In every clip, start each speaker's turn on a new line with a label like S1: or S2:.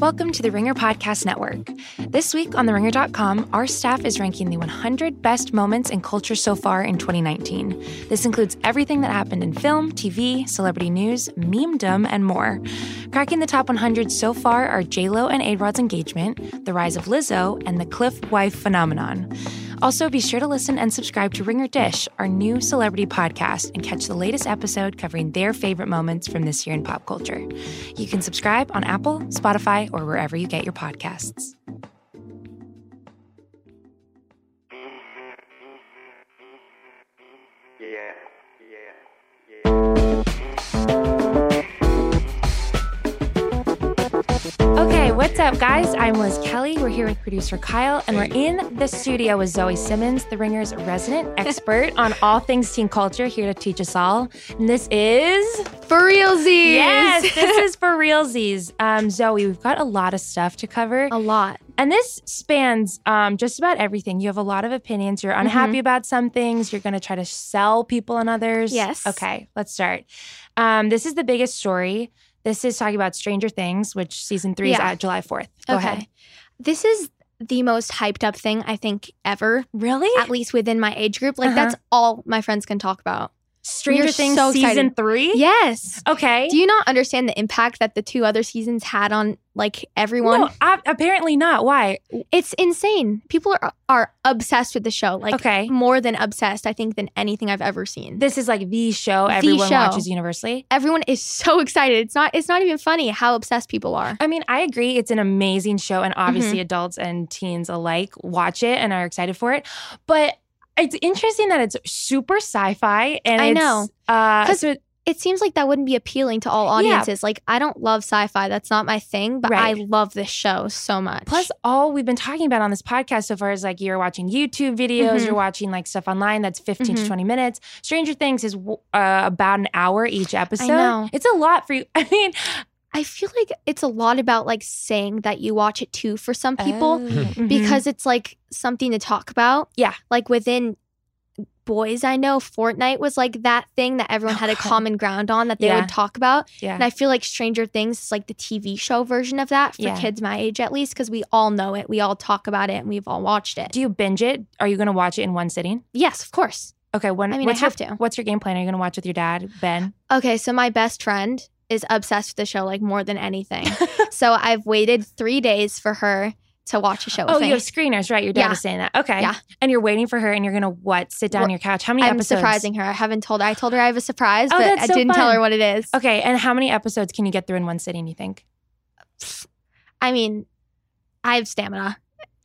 S1: Welcome to the Ringer Podcast Network. This week on TheRinger.com, our staff is ranking the 100 best moments in culture so far in 2019. This includes everything that happened in film, TV, celebrity news, memedom, and more. Cracking the top 100 so far are JLo and A-Rod's engagement, the rise of Lizzo, and the Cliff Wife phenomenon. Also, be sure to listen and subscribe to Ringer Dish, our new celebrity podcast, and catch the latest episode covering their favorite moments from this year in pop culture. You can subscribe on Apple, Spotify, or wherever you get your podcasts.
S2: Yeah, yeah.
S1: Okay, what's up, guys? I'm Liz Kelly. We're here with producer Kyle, and we're in the studio with Zoe Simmons, the Ringer's resident expert on all things teen culture, here to teach us all. And this is.
S3: For realsies.
S1: Yes, this is for realsies. Um, Zoe, we've got a lot of stuff to cover.
S3: a lot.
S1: And this spans um, just about everything. You have a lot of opinions.
S3: Mm-hmm.
S1: You're unhappy about some things. You're going to try to sell people on others.
S3: Yes.
S1: Okay, let's start. Um, this is the biggest story. This is talking about Stranger Things, which season three is
S3: Yeah.
S1: out July 4th. Go ahead.
S3: This is the most hyped up thing I think ever,
S1: Really?
S3: at least within my age group. Like
S1: Uh-huh.
S3: that's all my friends can talk about.
S1: Stranger
S3: we're
S1: Things
S3: so
S1: season
S3: excited.
S1: three?
S3: Yes.
S1: Okay.
S3: Do you not understand the impact that the two other seasons had on like everyone?
S1: No, I, apparently not. Why?
S3: It's insane. People are are obsessed with the show. Like mm.
S1: okay.
S3: more than obsessed, I think, than anything I've ever seen.
S1: This is like the show
S3: The
S1: everyone
S3: show.
S1: watches universally.
S3: Everyone is so excited. It's not it's not even funny how obsessed people are.
S1: I mean, I agree. It's an amazing show, and obviously,
S3: Mm-hmm.
S1: adults and teens alike watch it and are excited for it. But it's interesting that it's super sci-fi, and
S3: I
S1: it's,
S3: know.
S1: uh,
S3: 'Cause
S1: so it-
S3: it seems like that wouldn't be appealing to all
S1: Yeah.
S3: audiences. Like I don't love sci-fi, that's not my thing, but
S1: Right.
S3: I love this show so much.
S1: plus all we've been talking about on this podcast so far is like you're watching YouTube videos,
S3: Mhm.
S1: you're watching like stuff online that's 15 to
S3: Mhm.
S1: 20 minutes. Stranger Things is w- uh, about an hour each episode.
S3: know.
S1: It's a lot for you. I mean,
S3: I feel like it's a lot about like saying that you watch it too for some people
S1: Mhm.
S3: Oh. because it's like something to talk about.
S1: Yeah.
S3: Like within boys I know, Fortnite was like that thing that everyone
S1: Oh,
S3: had a
S1: God.
S3: common ground on that they
S1: Yeah.
S3: would talk about. And
S1: yeah,
S3: I feel like Stranger Things is like the TV show version of that for
S1: Yeah.
S3: kids my age at least cuz we all know it. We all talk about it and we've all watched it.
S1: do you binge it? Are you going to watch it in one sitting?
S3: yes, of course.
S1: Okay, when
S3: I mean, I
S1: what's your-
S3: have to.
S1: What's your game plan? Are you going to watch with your dad, Ben?
S3: Okay, so my best friend is obsessed with the show like more than anything. so I've waited three days for her to watch a show with
S1: Oh,
S3: me.
S1: you have screeners, right? Your dad
S3: Yeah.
S1: was saying that. Okay.
S3: Yeah.
S1: And you're waiting for her, and you're gonna what? Sit down on
S3: Well,
S1: your couch. How many
S3: I'm
S1: episodes?
S3: surprising her. I haven't told her. I told her I have a surprise,
S1: Oh,
S3: but
S1: that's
S3: I
S1: so
S3: didn't tell
S1: fun.
S3: her what it is.
S1: Okay. And how many episodes can you get through in one sitting? You think?
S3: I mean, I have stamina,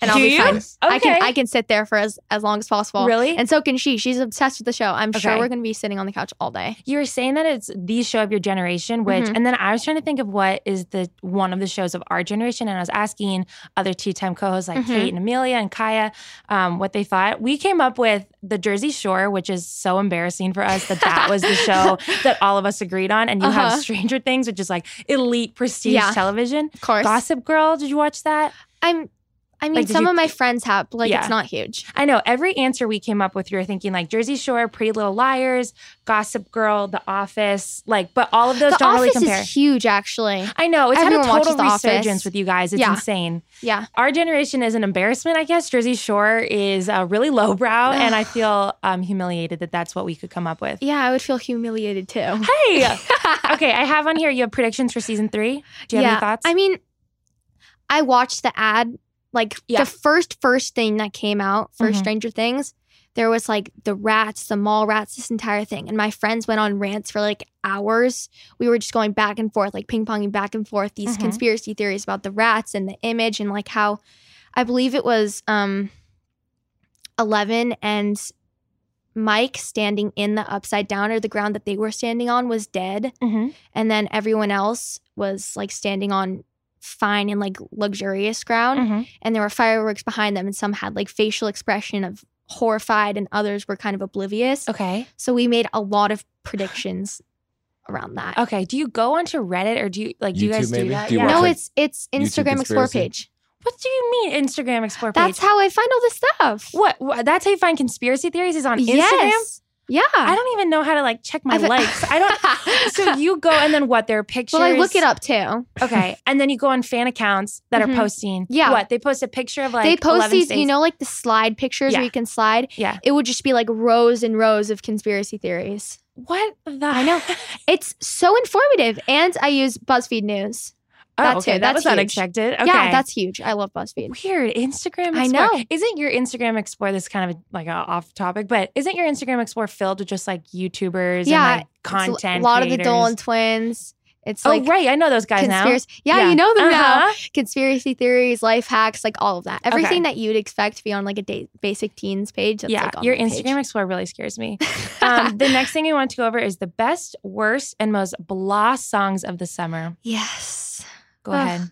S3: and
S1: Do
S3: I'll be
S1: you?
S3: fine.
S1: Okay.
S3: I can I can sit there for as as long as possible.
S1: really.
S3: And so can she. She's obsessed with the show. I'm sure
S1: Okay.
S3: we're going to be sitting on the couch all day.
S1: you were saying that it's the show of your generation, which,
S3: Mhm.
S1: and then I was trying to think of what is the one of the shows of our generation, and I was asking other two-time co-hosts like
S3: Mhm.
S1: Kate and Amelia and Kaya um, what they thought. We came up with the Jersey Shore, which is so embarrassing for us that that was the show that all of us agreed on, and you
S3: Uh-huh.
S1: have Stranger Things, which is like elite prestige
S3: Yeah.
S1: television.
S3: Of course.
S1: Gossip Girl, did you watch that?
S3: I'm. I mean,
S1: Like, did
S3: some
S1: you-
S3: of my friends have. but, Like,
S1: Yeah.
S3: it's not huge.
S1: I know every answer we came up with, you were thinking like Jersey Shore, Pretty Little Liars, Gossip Girl, The Office, like, but all of those
S3: the
S1: don't really
S3: Office
S1: compare.
S3: is huge, actually.
S1: I know it's
S3: Everyone
S1: had a
S3: watches
S1: total
S3: The Office.
S1: resurgence with you guys. It's
S3: Yeah.
S1: insane.
S3: Yeah.
S1: Our generation is an embarrassment, I guess. Jersey Shore is uh, really lowbrow, and I feel um, humiliated that that's what we could come up with.
S3: Yeah, I would feel humiliated too.
S1: Hey, okay, I have on here. You have predictions for season three. Do you have any thoughts?
S3: I mean, I watched the ad, like
S1: Yeah.
S3: the first first thing that came out for
S1: Mhm.
S3: Stranger Things. There was like the rats, the mall rats, this entire thing, and my friends went on rants for like hours. We were just going back and forth, like ping ponging back and forth these
S1: Mhm.
S3: conspiracy theories about the rats and the image and like how I believe it was um Eleven and Mike standing in the upside down or the ground that they were standing on was dead
S1: Mhm.
S3: and then everyone else was like standing on fine and like luxurious ground
S1: Mhm.
S3: and there were fireworks behind them and some had like facial expression of horrified and others were kind of oblivious
S1: okay,
S3: so we made a lot of predictions around that
S1: okay. Do you go onto Reddit or do you like? Do you
S4: YouTube,
S1: guys
S4: maybe?
S1: do that?
S4: Do you
S1: Oh, yeah.
S4: watch
S3: no
S4: like,
S3: it's it's
S4: YouTube
S3: instagram explore
S4: conspiracy?
S3: page
S1: What do you mean Instagram Explore page?
S3: that's how i find all this stuff
S1: What, what? That's how you find conspiracy theories is on Instagram.
S3: yes Yeah.
S1: I don't even know how to like check my
S3: I've-
S1: likes. I don't. So you go and then what? There are pictures.
S3: well, I look it up too.
S1: Okay, and then you go on fan accounts that
S3: Mhm.
S1: are posting.
S3: Yeah.
S1: what they post a picture of like
S3: they post
S1: 11
S3: these,
S1: states.
S3: you know, like the slide pictures where
S1: Yeah.
S3: you can slide.
S1: Yeah.
S3: It would just be like rows and rows of conspiracy theories.
S1: what the
S3: I know. It's so informative. And I use BuzzFeed News.
S1: Oh,
S3: That too,
S1: okay, that
S3: that's
S1: was
S3: huge.
S1: unexpected. Okay,
S3: Yeah, that's huge. I love BuzzFeed.
S1: weird. Instagram.
S3: I
S1: Explore-
S3: know.
S1: Isn't your Instagram Explore this is kind of like a off topic? But isn't your Instagram Explore filled with just like YouTubers?
S3: Yeah,
S1: and, like,
S3: It's
S1: content.
S3: A lot of the
S1: creators?
S3: Dolan twins. It's
S1: Oh
S3: like
S1: right, I know those guys
S3: conspiracy.
S1: now.
S3: Yeah, you know them now.
S1: Uh-huh.
S3: Conspiracy theories, life hacks, like all of that. Everything that you'd expect to be on like a da- basic teens page. That's
S1: Yeah,
S3: like on
S1: your
S3: my page.
S1: Instagram Explore really scares me. um, the next thing we want to go over is the best, worst, and most blah songs of the summer.
S3: yes.
S1: Go
S3: Ugh.
S1: ahead.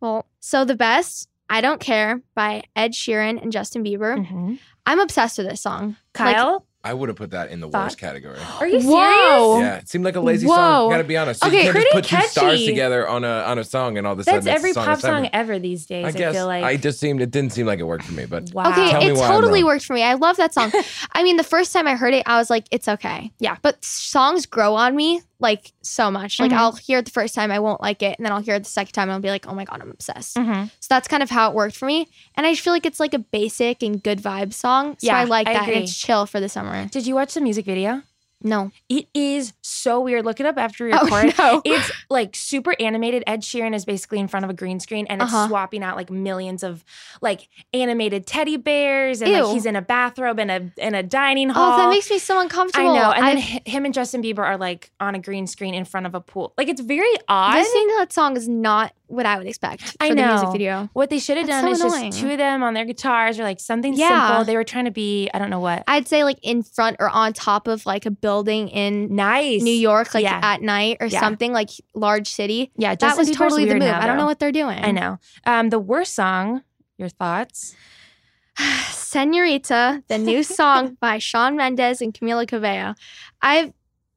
S3: Well, so the best, I Don't Care by Ed Sheeran and Justin Bieber.
S1: Mhm.
S3: I'm obsessed with this song. Like,
S1: Kyle,
S2: I would have put that in the
S1: Thought-
S2: worst category.
S1: are you serious?
S3: Whoa.
S2: Yeah, it seemed like a lazy
S3: Whoa.
S2: song. Gotta be honest. So
S3: Okay,
S2: you can't
S1: pretty
S2: just put two stars
S1: catchy.
S2: together on a on a song, and all of a sudden
S1: That's
S2: it's
S1: every
S2: a song
S1: pop
S2: of summer.
S1: song ever these days. I,
S2: I guess
S1: feel like.
S2: I just seemed it didn't seem like it worked for me, but
S1: wow.
S3: Okay,
S2: Tell me
S3: it
S2: why I'm
S3: totally
S2: wrong.
S3: worked for me. I love that song. I mean, the first time I heard it, I was like, it's okay.
S1: Yeah.
S3: But songs grow on me like so much. Like,
S1: Mhm.
S3: I'll hear it the first time, I won't like it. And then I'll hear it the second time, and I'll be like, oh my God, I'm obsessed.
S1: Mhm.
S3: So that's kind of how it worked for me. And I just feel like it's like a basic and good vibe song. So
S1: Yeah,
S3: I like
S1: I
S3: that.
S1: agree.
S3: And it's chill for the summer.
S1: Did you watch the music video?
S3: No.
S1: It is so weird. Look it up after we record.
S3: Oh, no.
S1: It's like super animated. Ed Sheeran is basically in front of a green screen and it's
S3: Uh-huh.
S1: swapping out like millions of like animated teddy bears and
S3: Ew.
S1: like he's in a bathrobe in a in a dining hall.
S3: Oh, that makes me so uncomfortable.
S1: I know. And then
S3: I've-
S1: hi- him and Justin Bieber are like on a green screen in front of a pool. Like it's very odd.
S3: listening to that song is not what I would expect for
S1: I
S3: the
S1: know.
S3: music video.
S1: what they should have
S3: That's
S1: done
S3: so
S1: is
S3: annoying.
S1: just two of them on their guitars or like something
S3: Yeah.
S1: simple. They were trying to be, I don't know what.
S3: I'd say like in front or on top of like a building in
S1: nice.
S3: New York, like
S1: Yeah.
S3: at night or
S1: Yeah.
S3: something, like large city.
S1: Yeah,
S3: That
S1: Justin
S3: was
S1: Bieber's
S3: totally the
S1: weird
S3: move.
S1: now,
S3: I don't know
S1: though.
S3: what they're doing.
S1: I know. Um, the worst song, your thoughts?
S3: Senorita, the new song by Sean Mendez and Camila Cabello. I've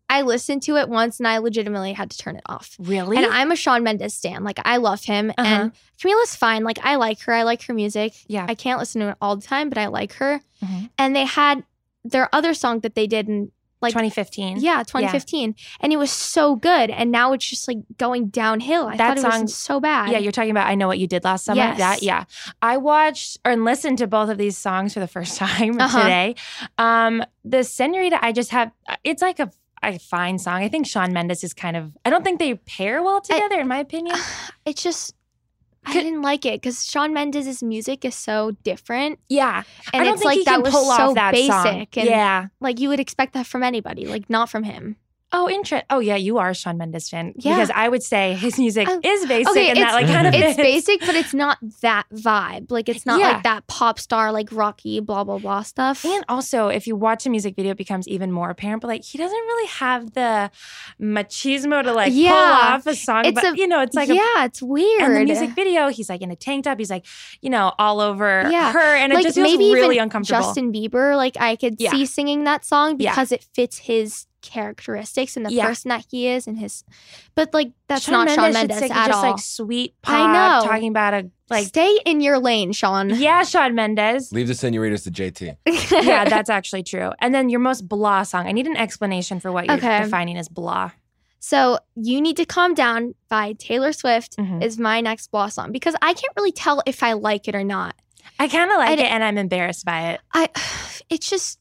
S3: I listened to it once and I legitimately had to turn it off.
S1: Really?
S3: And I'm a Sean Mendes stan. Like I love him
S1: Uh-huh.
S3: and Camila's fine. Like I like her. I like her music.
S1: yeah.
S3: I can't listen to it all the time, but I like her.
S1: Mhm.
S3: And they had their other song that they did in like
S1: 2015.
S3: yeah, 2015, and it was so good. And now it's just like going downhill. I
S1: That
S3: thought it
S1: song-
S3: was so bad.
S1: Yeah, you're talking about I Know What You Did Last Summer.
S3: Yes.
S1: That, yeah. I watched or listened to both of these songs for the first time
S3: Uh-huh.
S1: today. Um, the Senorita, I just have, it's like a, a fine song. I think Sean Mendes is kind of, I don't think they pair well together, in my opinion.
S3: it's just I
S1: Could-
S3: didn't like it because Sean Mendes' music is so different,
S1: Yeah.
S3: and
S1: I don't
S3: it's
S1: think
S3: like
S1: he
S3: that
S1: can
S3: was
S1: pull
S3: so
S1: off that
S3: basic,
S1: song.
S3: and
S1: yeah.
S3: like you would expect that from anybody, like not from him.
S1: Oh, interest. Oh, yeah. You are a Sean Mendes fan.
S3: Yeah.
S1: Because I would say his music
S3: I-
S1: is basic
S3: okay,
S1: and
S3: it's-
S1: that like kind of fits.
S3: It's basic, but it's not that vibe. Like it's not
S1: Yeah.
S3: like that pop star, like Rocky, blah blah blah stuff.
S1: And also, if you watch a music video, it becomes even more apparent. But like, he doesn't really have the machismo to like
S3: Yeah.
S1: pull off a song.
S3: It's
S1: but
S3: a-
S1: you know, it's like a
S3: yeah, it's weird.
S1: and the music video, he's like in a tank top. He's like, you know, all over
S3: Yeah.
S1: her, and
S3: like
S1: it just feels
S3: maybe
S1: really
S3: even
S1: uncomfortable.
S3: Justin Bieber, like I could
S1: Yeah.
S3: see singing that song
S1: Yeah.
S3: because it fits his characteristics and the
S1: Yeah.
S3: person that he is and his. But like that's
S1: Shawn
S3: not Shawn
S1: should
S3: Mendes
S1: stick to
S3: at
S1: just
S3: all.
S1: like sweet pop,
S3: I know.
S1: talking about a like,
S3: stay in your lane, Sean.
S1: yeah, Sean Mendes.
S2: Leave the senoritas to JT.
S1: yeah, that's actually true. And then your most blah song. I need an explanation for what you're
S3: Okay.
S1: defining as blah.
S3: so you need to calm down by Taylor Swift
S1: Mhm.
S3: is my next blah song because I can't really tell if I like it or not.
S1: I kind of like
S3: I
S1: it,
S3: d-
S1: and I'm embarrassed by it.
S3: I, it's just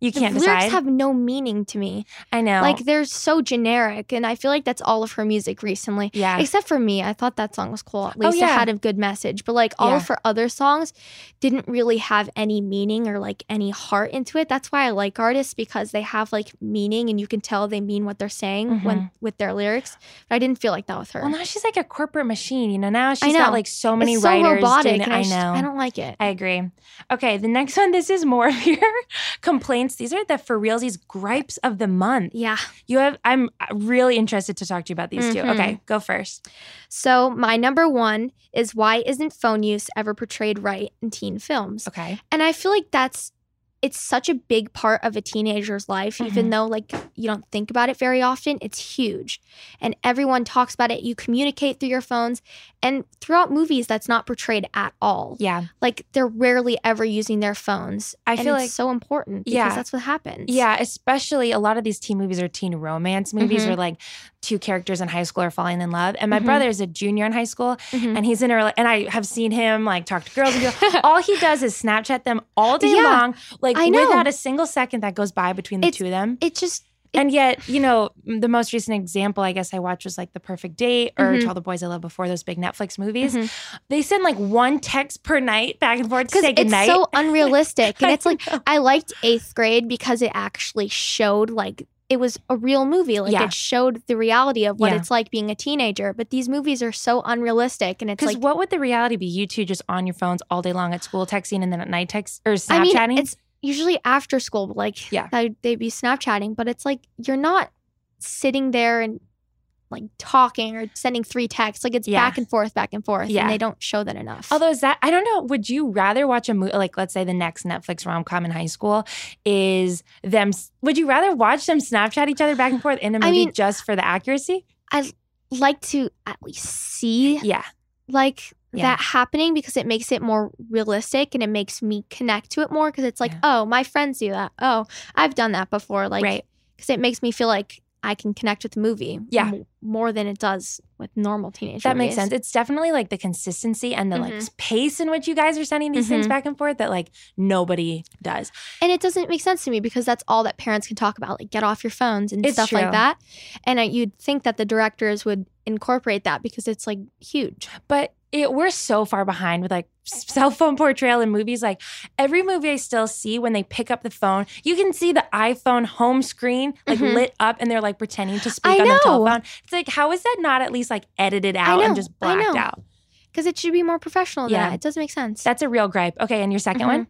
S1: You
S3: the
S1: can't
S3: lyrics
S1: decide.
S3: have no meaning to me.
S1: I know.
S3: Like they're so generic, and I feel like that's all of her music recently.
S1: yeah. Oh,
S3: Except for me, I thought that song was cool. At least
S1: yeah.
S3: it had a good message. But like all
S1: Yeah.
S3: of her other songs didn't really have any meaning or like any heart into it. That's why I like artists because they have like meaning and you can tell they mean what they're saying when with their lyrics. But I didn't feel like that with her.
S1: Mm-hmm. Well, now she's like a corporate machine. You know, now she's
S3: know.
S1: got like so many
S3: it's so
S1: writers.
S3: robotic.
S1: doing it.
S3: and
S1: I
S3: just-
S1: know.
S3: I don't like it.
S1: I agree. Okay, the next one. This is more of your complaints. These are the for realsies gripes of the month.
S3: yeah.
S1: You have. I'm really interested to talk to you about these two.
S3: Mhm.
S1: Okay, go first.
S3: So my number one is why isn't phone use ever portrayed right in teen films?
S1: Okay.
S3: And I feel like that's it's such a big part of a teenager's life
S1: Mm-hmm.
S3: even though like you don't think about it very often it's huge and everyone talks about it you communicate through your phones and throughout movies that's not portrayed at all
S1: Yeah.
S3: like they're rarely ever using their phones
S1: I
S3: And
S1: feel
S3: it's
S1: like-
S3: so important because
S1: Yeah.
S3: that's what happens
S1: Yeah, especially a lot of these teen movies are teen romance movies
S3: Mhm.
S1: where like two characters in high school are falling in love. And my
S3: Mhm.
S1: brother is a junior in high school
S3: Mhm.
S1: and he's in a rela- and I have seen him like talk to girls and go, all he does is Snapchat them all day
S3: Yeah,
S1: long, like
S3: I know.
S1: without a single second that goes by between the
S3: It's-
S1: two of them.
S3: it just
S1: and yet, you know, m- the most recent example I guess I watched was like The Perfect Date or
S3: Mhm.
S1: To All the Boys I Loved Before, those big Netflix movies.
S3: Mhm.
S1: They send like one text per night back and forth to
S3: because
S1: say
S3: it's
S1: goodnight.
S3: so unrealistic and
S1: I
S3: it's like i liked eighth grade because it actually showed like it was a real movie like
S1: Yeah.
S3: it showed the reality of what
S1: Yeah.
S3: it's like being a teenager but these movies are so unrealistic and it's
S1: Because
S3: like
S1: what would the reality be? You two just on your phones all day long at school, texting, and then at night text or
S3: i
S1: Snapchatting.
S3: mean it's usually after school but like
S1: Yeah.
S3: they- they'd be snapchatting but it's like you're not sitting there and like talking or sending three texts like it's
S1: Yeah.
S3: back and forth back and forth
S1: Yeah.
S3: and they don't show that enough
S1: Although is that I don't know. Would you rather watch a movie like let's say the next Netflix rom com in high school is them? s- Would you rather watch them Snapchat each other back and forth in a
S3: I
S1: movie
S3: mean-
S1: just for the accuracy?
S3: like to at least see
S1: Yeah,
S3: like
S1: Yeah.
S3: that happening because it makes it more realistic and it makes me connect to it more because it's like,
S1: Yeah.
S3: oh, my friends do that. Oh, I've done that before. Like,
S1: right.
S3: Because it makes me feel like I can connect with the movie.
S1: Yeah.
S3: m- more than it does with normal teenage.
S1: That makes
S3: movies.
S1: sense. It's definitely like the consistency and the
S3: Mm-hmm.
S1: like pace in which you guys are sending these things
S3: Mhm.
S1: back and forth that like nobody does.
S3: and it doesn't make sense to me because that's all that parents can talk about, like get off your phones and
S1: It's
S3: stuff
S1: true.
S3: like that. And I, you'd think that the directors would incorporate that because it's like huge.
S1: but it, we're so far behind with like s- cell phone portrayal in movies. Like every movie I still see when they pick up the phone, you can see the iPhone home screen like
S3: Mhm.
S1: lit up and they're like pretending to speak
S3: I
S1: on their
S3: know.
S1: telephone. It's like, how is that not at least like edited out
S3: know,
S1: and just
S3: I
S1: blacked
S3: know.
S1: out?
S3: Because it should be more professional than
S1: Yeah.
S3: that. It doesn't make sense.
S1: That's a real gripe. Okay, and your 2nd
S3: Mhm.
S1: one?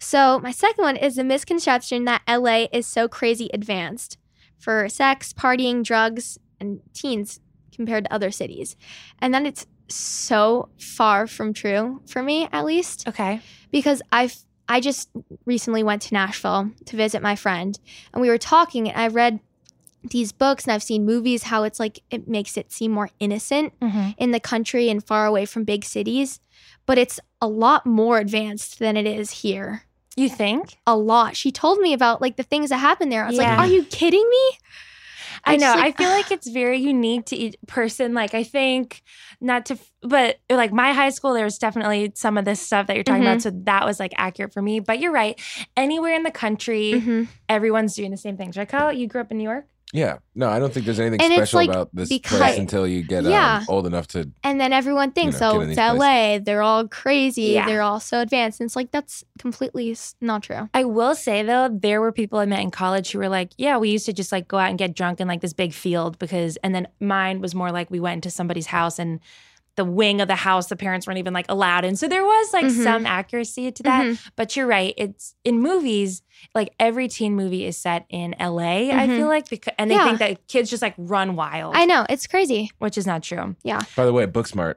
S3: So, my second one is the misconception that LA is so crazy advanced for sex, partying, drugs, and teens compared to other cities. And that it's so far from true for me, at least,
S1: Okay.
S3: because I've I just recently went to Nashville to visit my friend, and we were talking, and I read these books and I've seen movies how it's like it makes it seem more innocent in the country and far away from big cities, but it's a lot more advanced than it is here
S1: You think?
S3: a lot. She told me about like the things that happened there. I was
S1: Yeah.
S3: like, "Are you kidding me?"
S1: I,
S3: I'm
S1: know.
S3: just like,
S1: I feel like it's very unique to each person. Like I think not to, f- but like my high school, there was definitely some of this stuff that you're talking about. So that was like accurate for me. But you're right. Anywhere in the country,
S3: Mhm.
S1: everyone's doing the same things. Right, Kyle? You grew up in New York.
S2: Yeah. No, I don't think there's anything
S3: And it's
S2: special
S3: like,
S2: about this
S3: because-
S2: place until you get
S3: Yeah.
S2: um, old enough to.
S3: And then everyone thinks,
S2: You know,
S3: "Oh,
S2: get in
S3: it's
S2: these places."
S3: LA. They're all crazy.
S1: Yeah.
S3: They're all so advanced." And it's like that's completely s- not true.
S1: I will say though, there were people I met in college who were like, "Yeah, we used to just like go out and get drunk in like this big field because," and then mine was more like we went into somebody's house and the wing of the house the parents weren't even like allowed in. So there was like
S3: Mhm.
S1: some accuracy to that.
S3: Mhm.
S1: But you're right. It's in movies, like every teen movie is set in LA, I
S3: Mhm.
S1: feel like, because, and they
S3: Yeah.
S1: think that kids just like run wild,
S3: I know it's crazy.
S1: which is not true.
S2: By the way, Booksmart,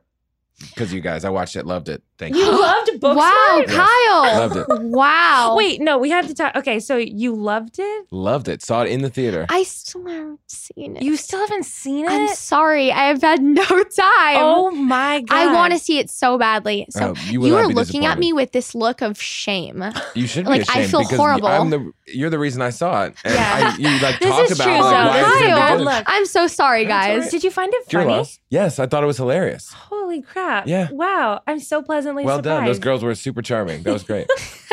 S2: because you guys, I watched it, loved it. Thank you.
S1: You loved Booksmart?
S3: wow,
S2: Yes.
S3: Kyle!
S2: Loved it.
S3: Wow.
S1: Wait, no, we have to talk. Okay, so you loved it?
S2: Loved it. Saw it in the theater.
S3: I still haven't seen it.
S1: You still haven't seen it?
S3: I'm sorry. I have had no time.
S1: oh my God.
S3: I want to see it so badly. So
S2: Oh, you will
S3: you
S2: not
S3: are
S2: be
S3: looking at
S2: disappointed.
S3: me with this look of shame.
S2: You should be
S3: Like, I
S2: ashamed
S3: feel
S2: because
S3: horrible.
S2: I'm the, you're the reason I saw it. And
S1: Yeah.
S2: I, you like
S1: This
S2: talked
S1: is
S2: about
S1: true,
S2: like,
S1: though.
S2: why is it
S1: Kyle.
S2: bad
S1: Bad luck.
S3: I'm so sorry,
S2: That's all
S3: guys.
S2: right.
S1: Did you find it
S2: Your
S1: funny?
S2: loss. Yes, I thought it was hilarious.
S1: Holy crap.
S2: Yeah.
S1: Wow. I'm so pleasantly
S2: well
S1: surprised.
S2: done. Those girls were super charming. That was great.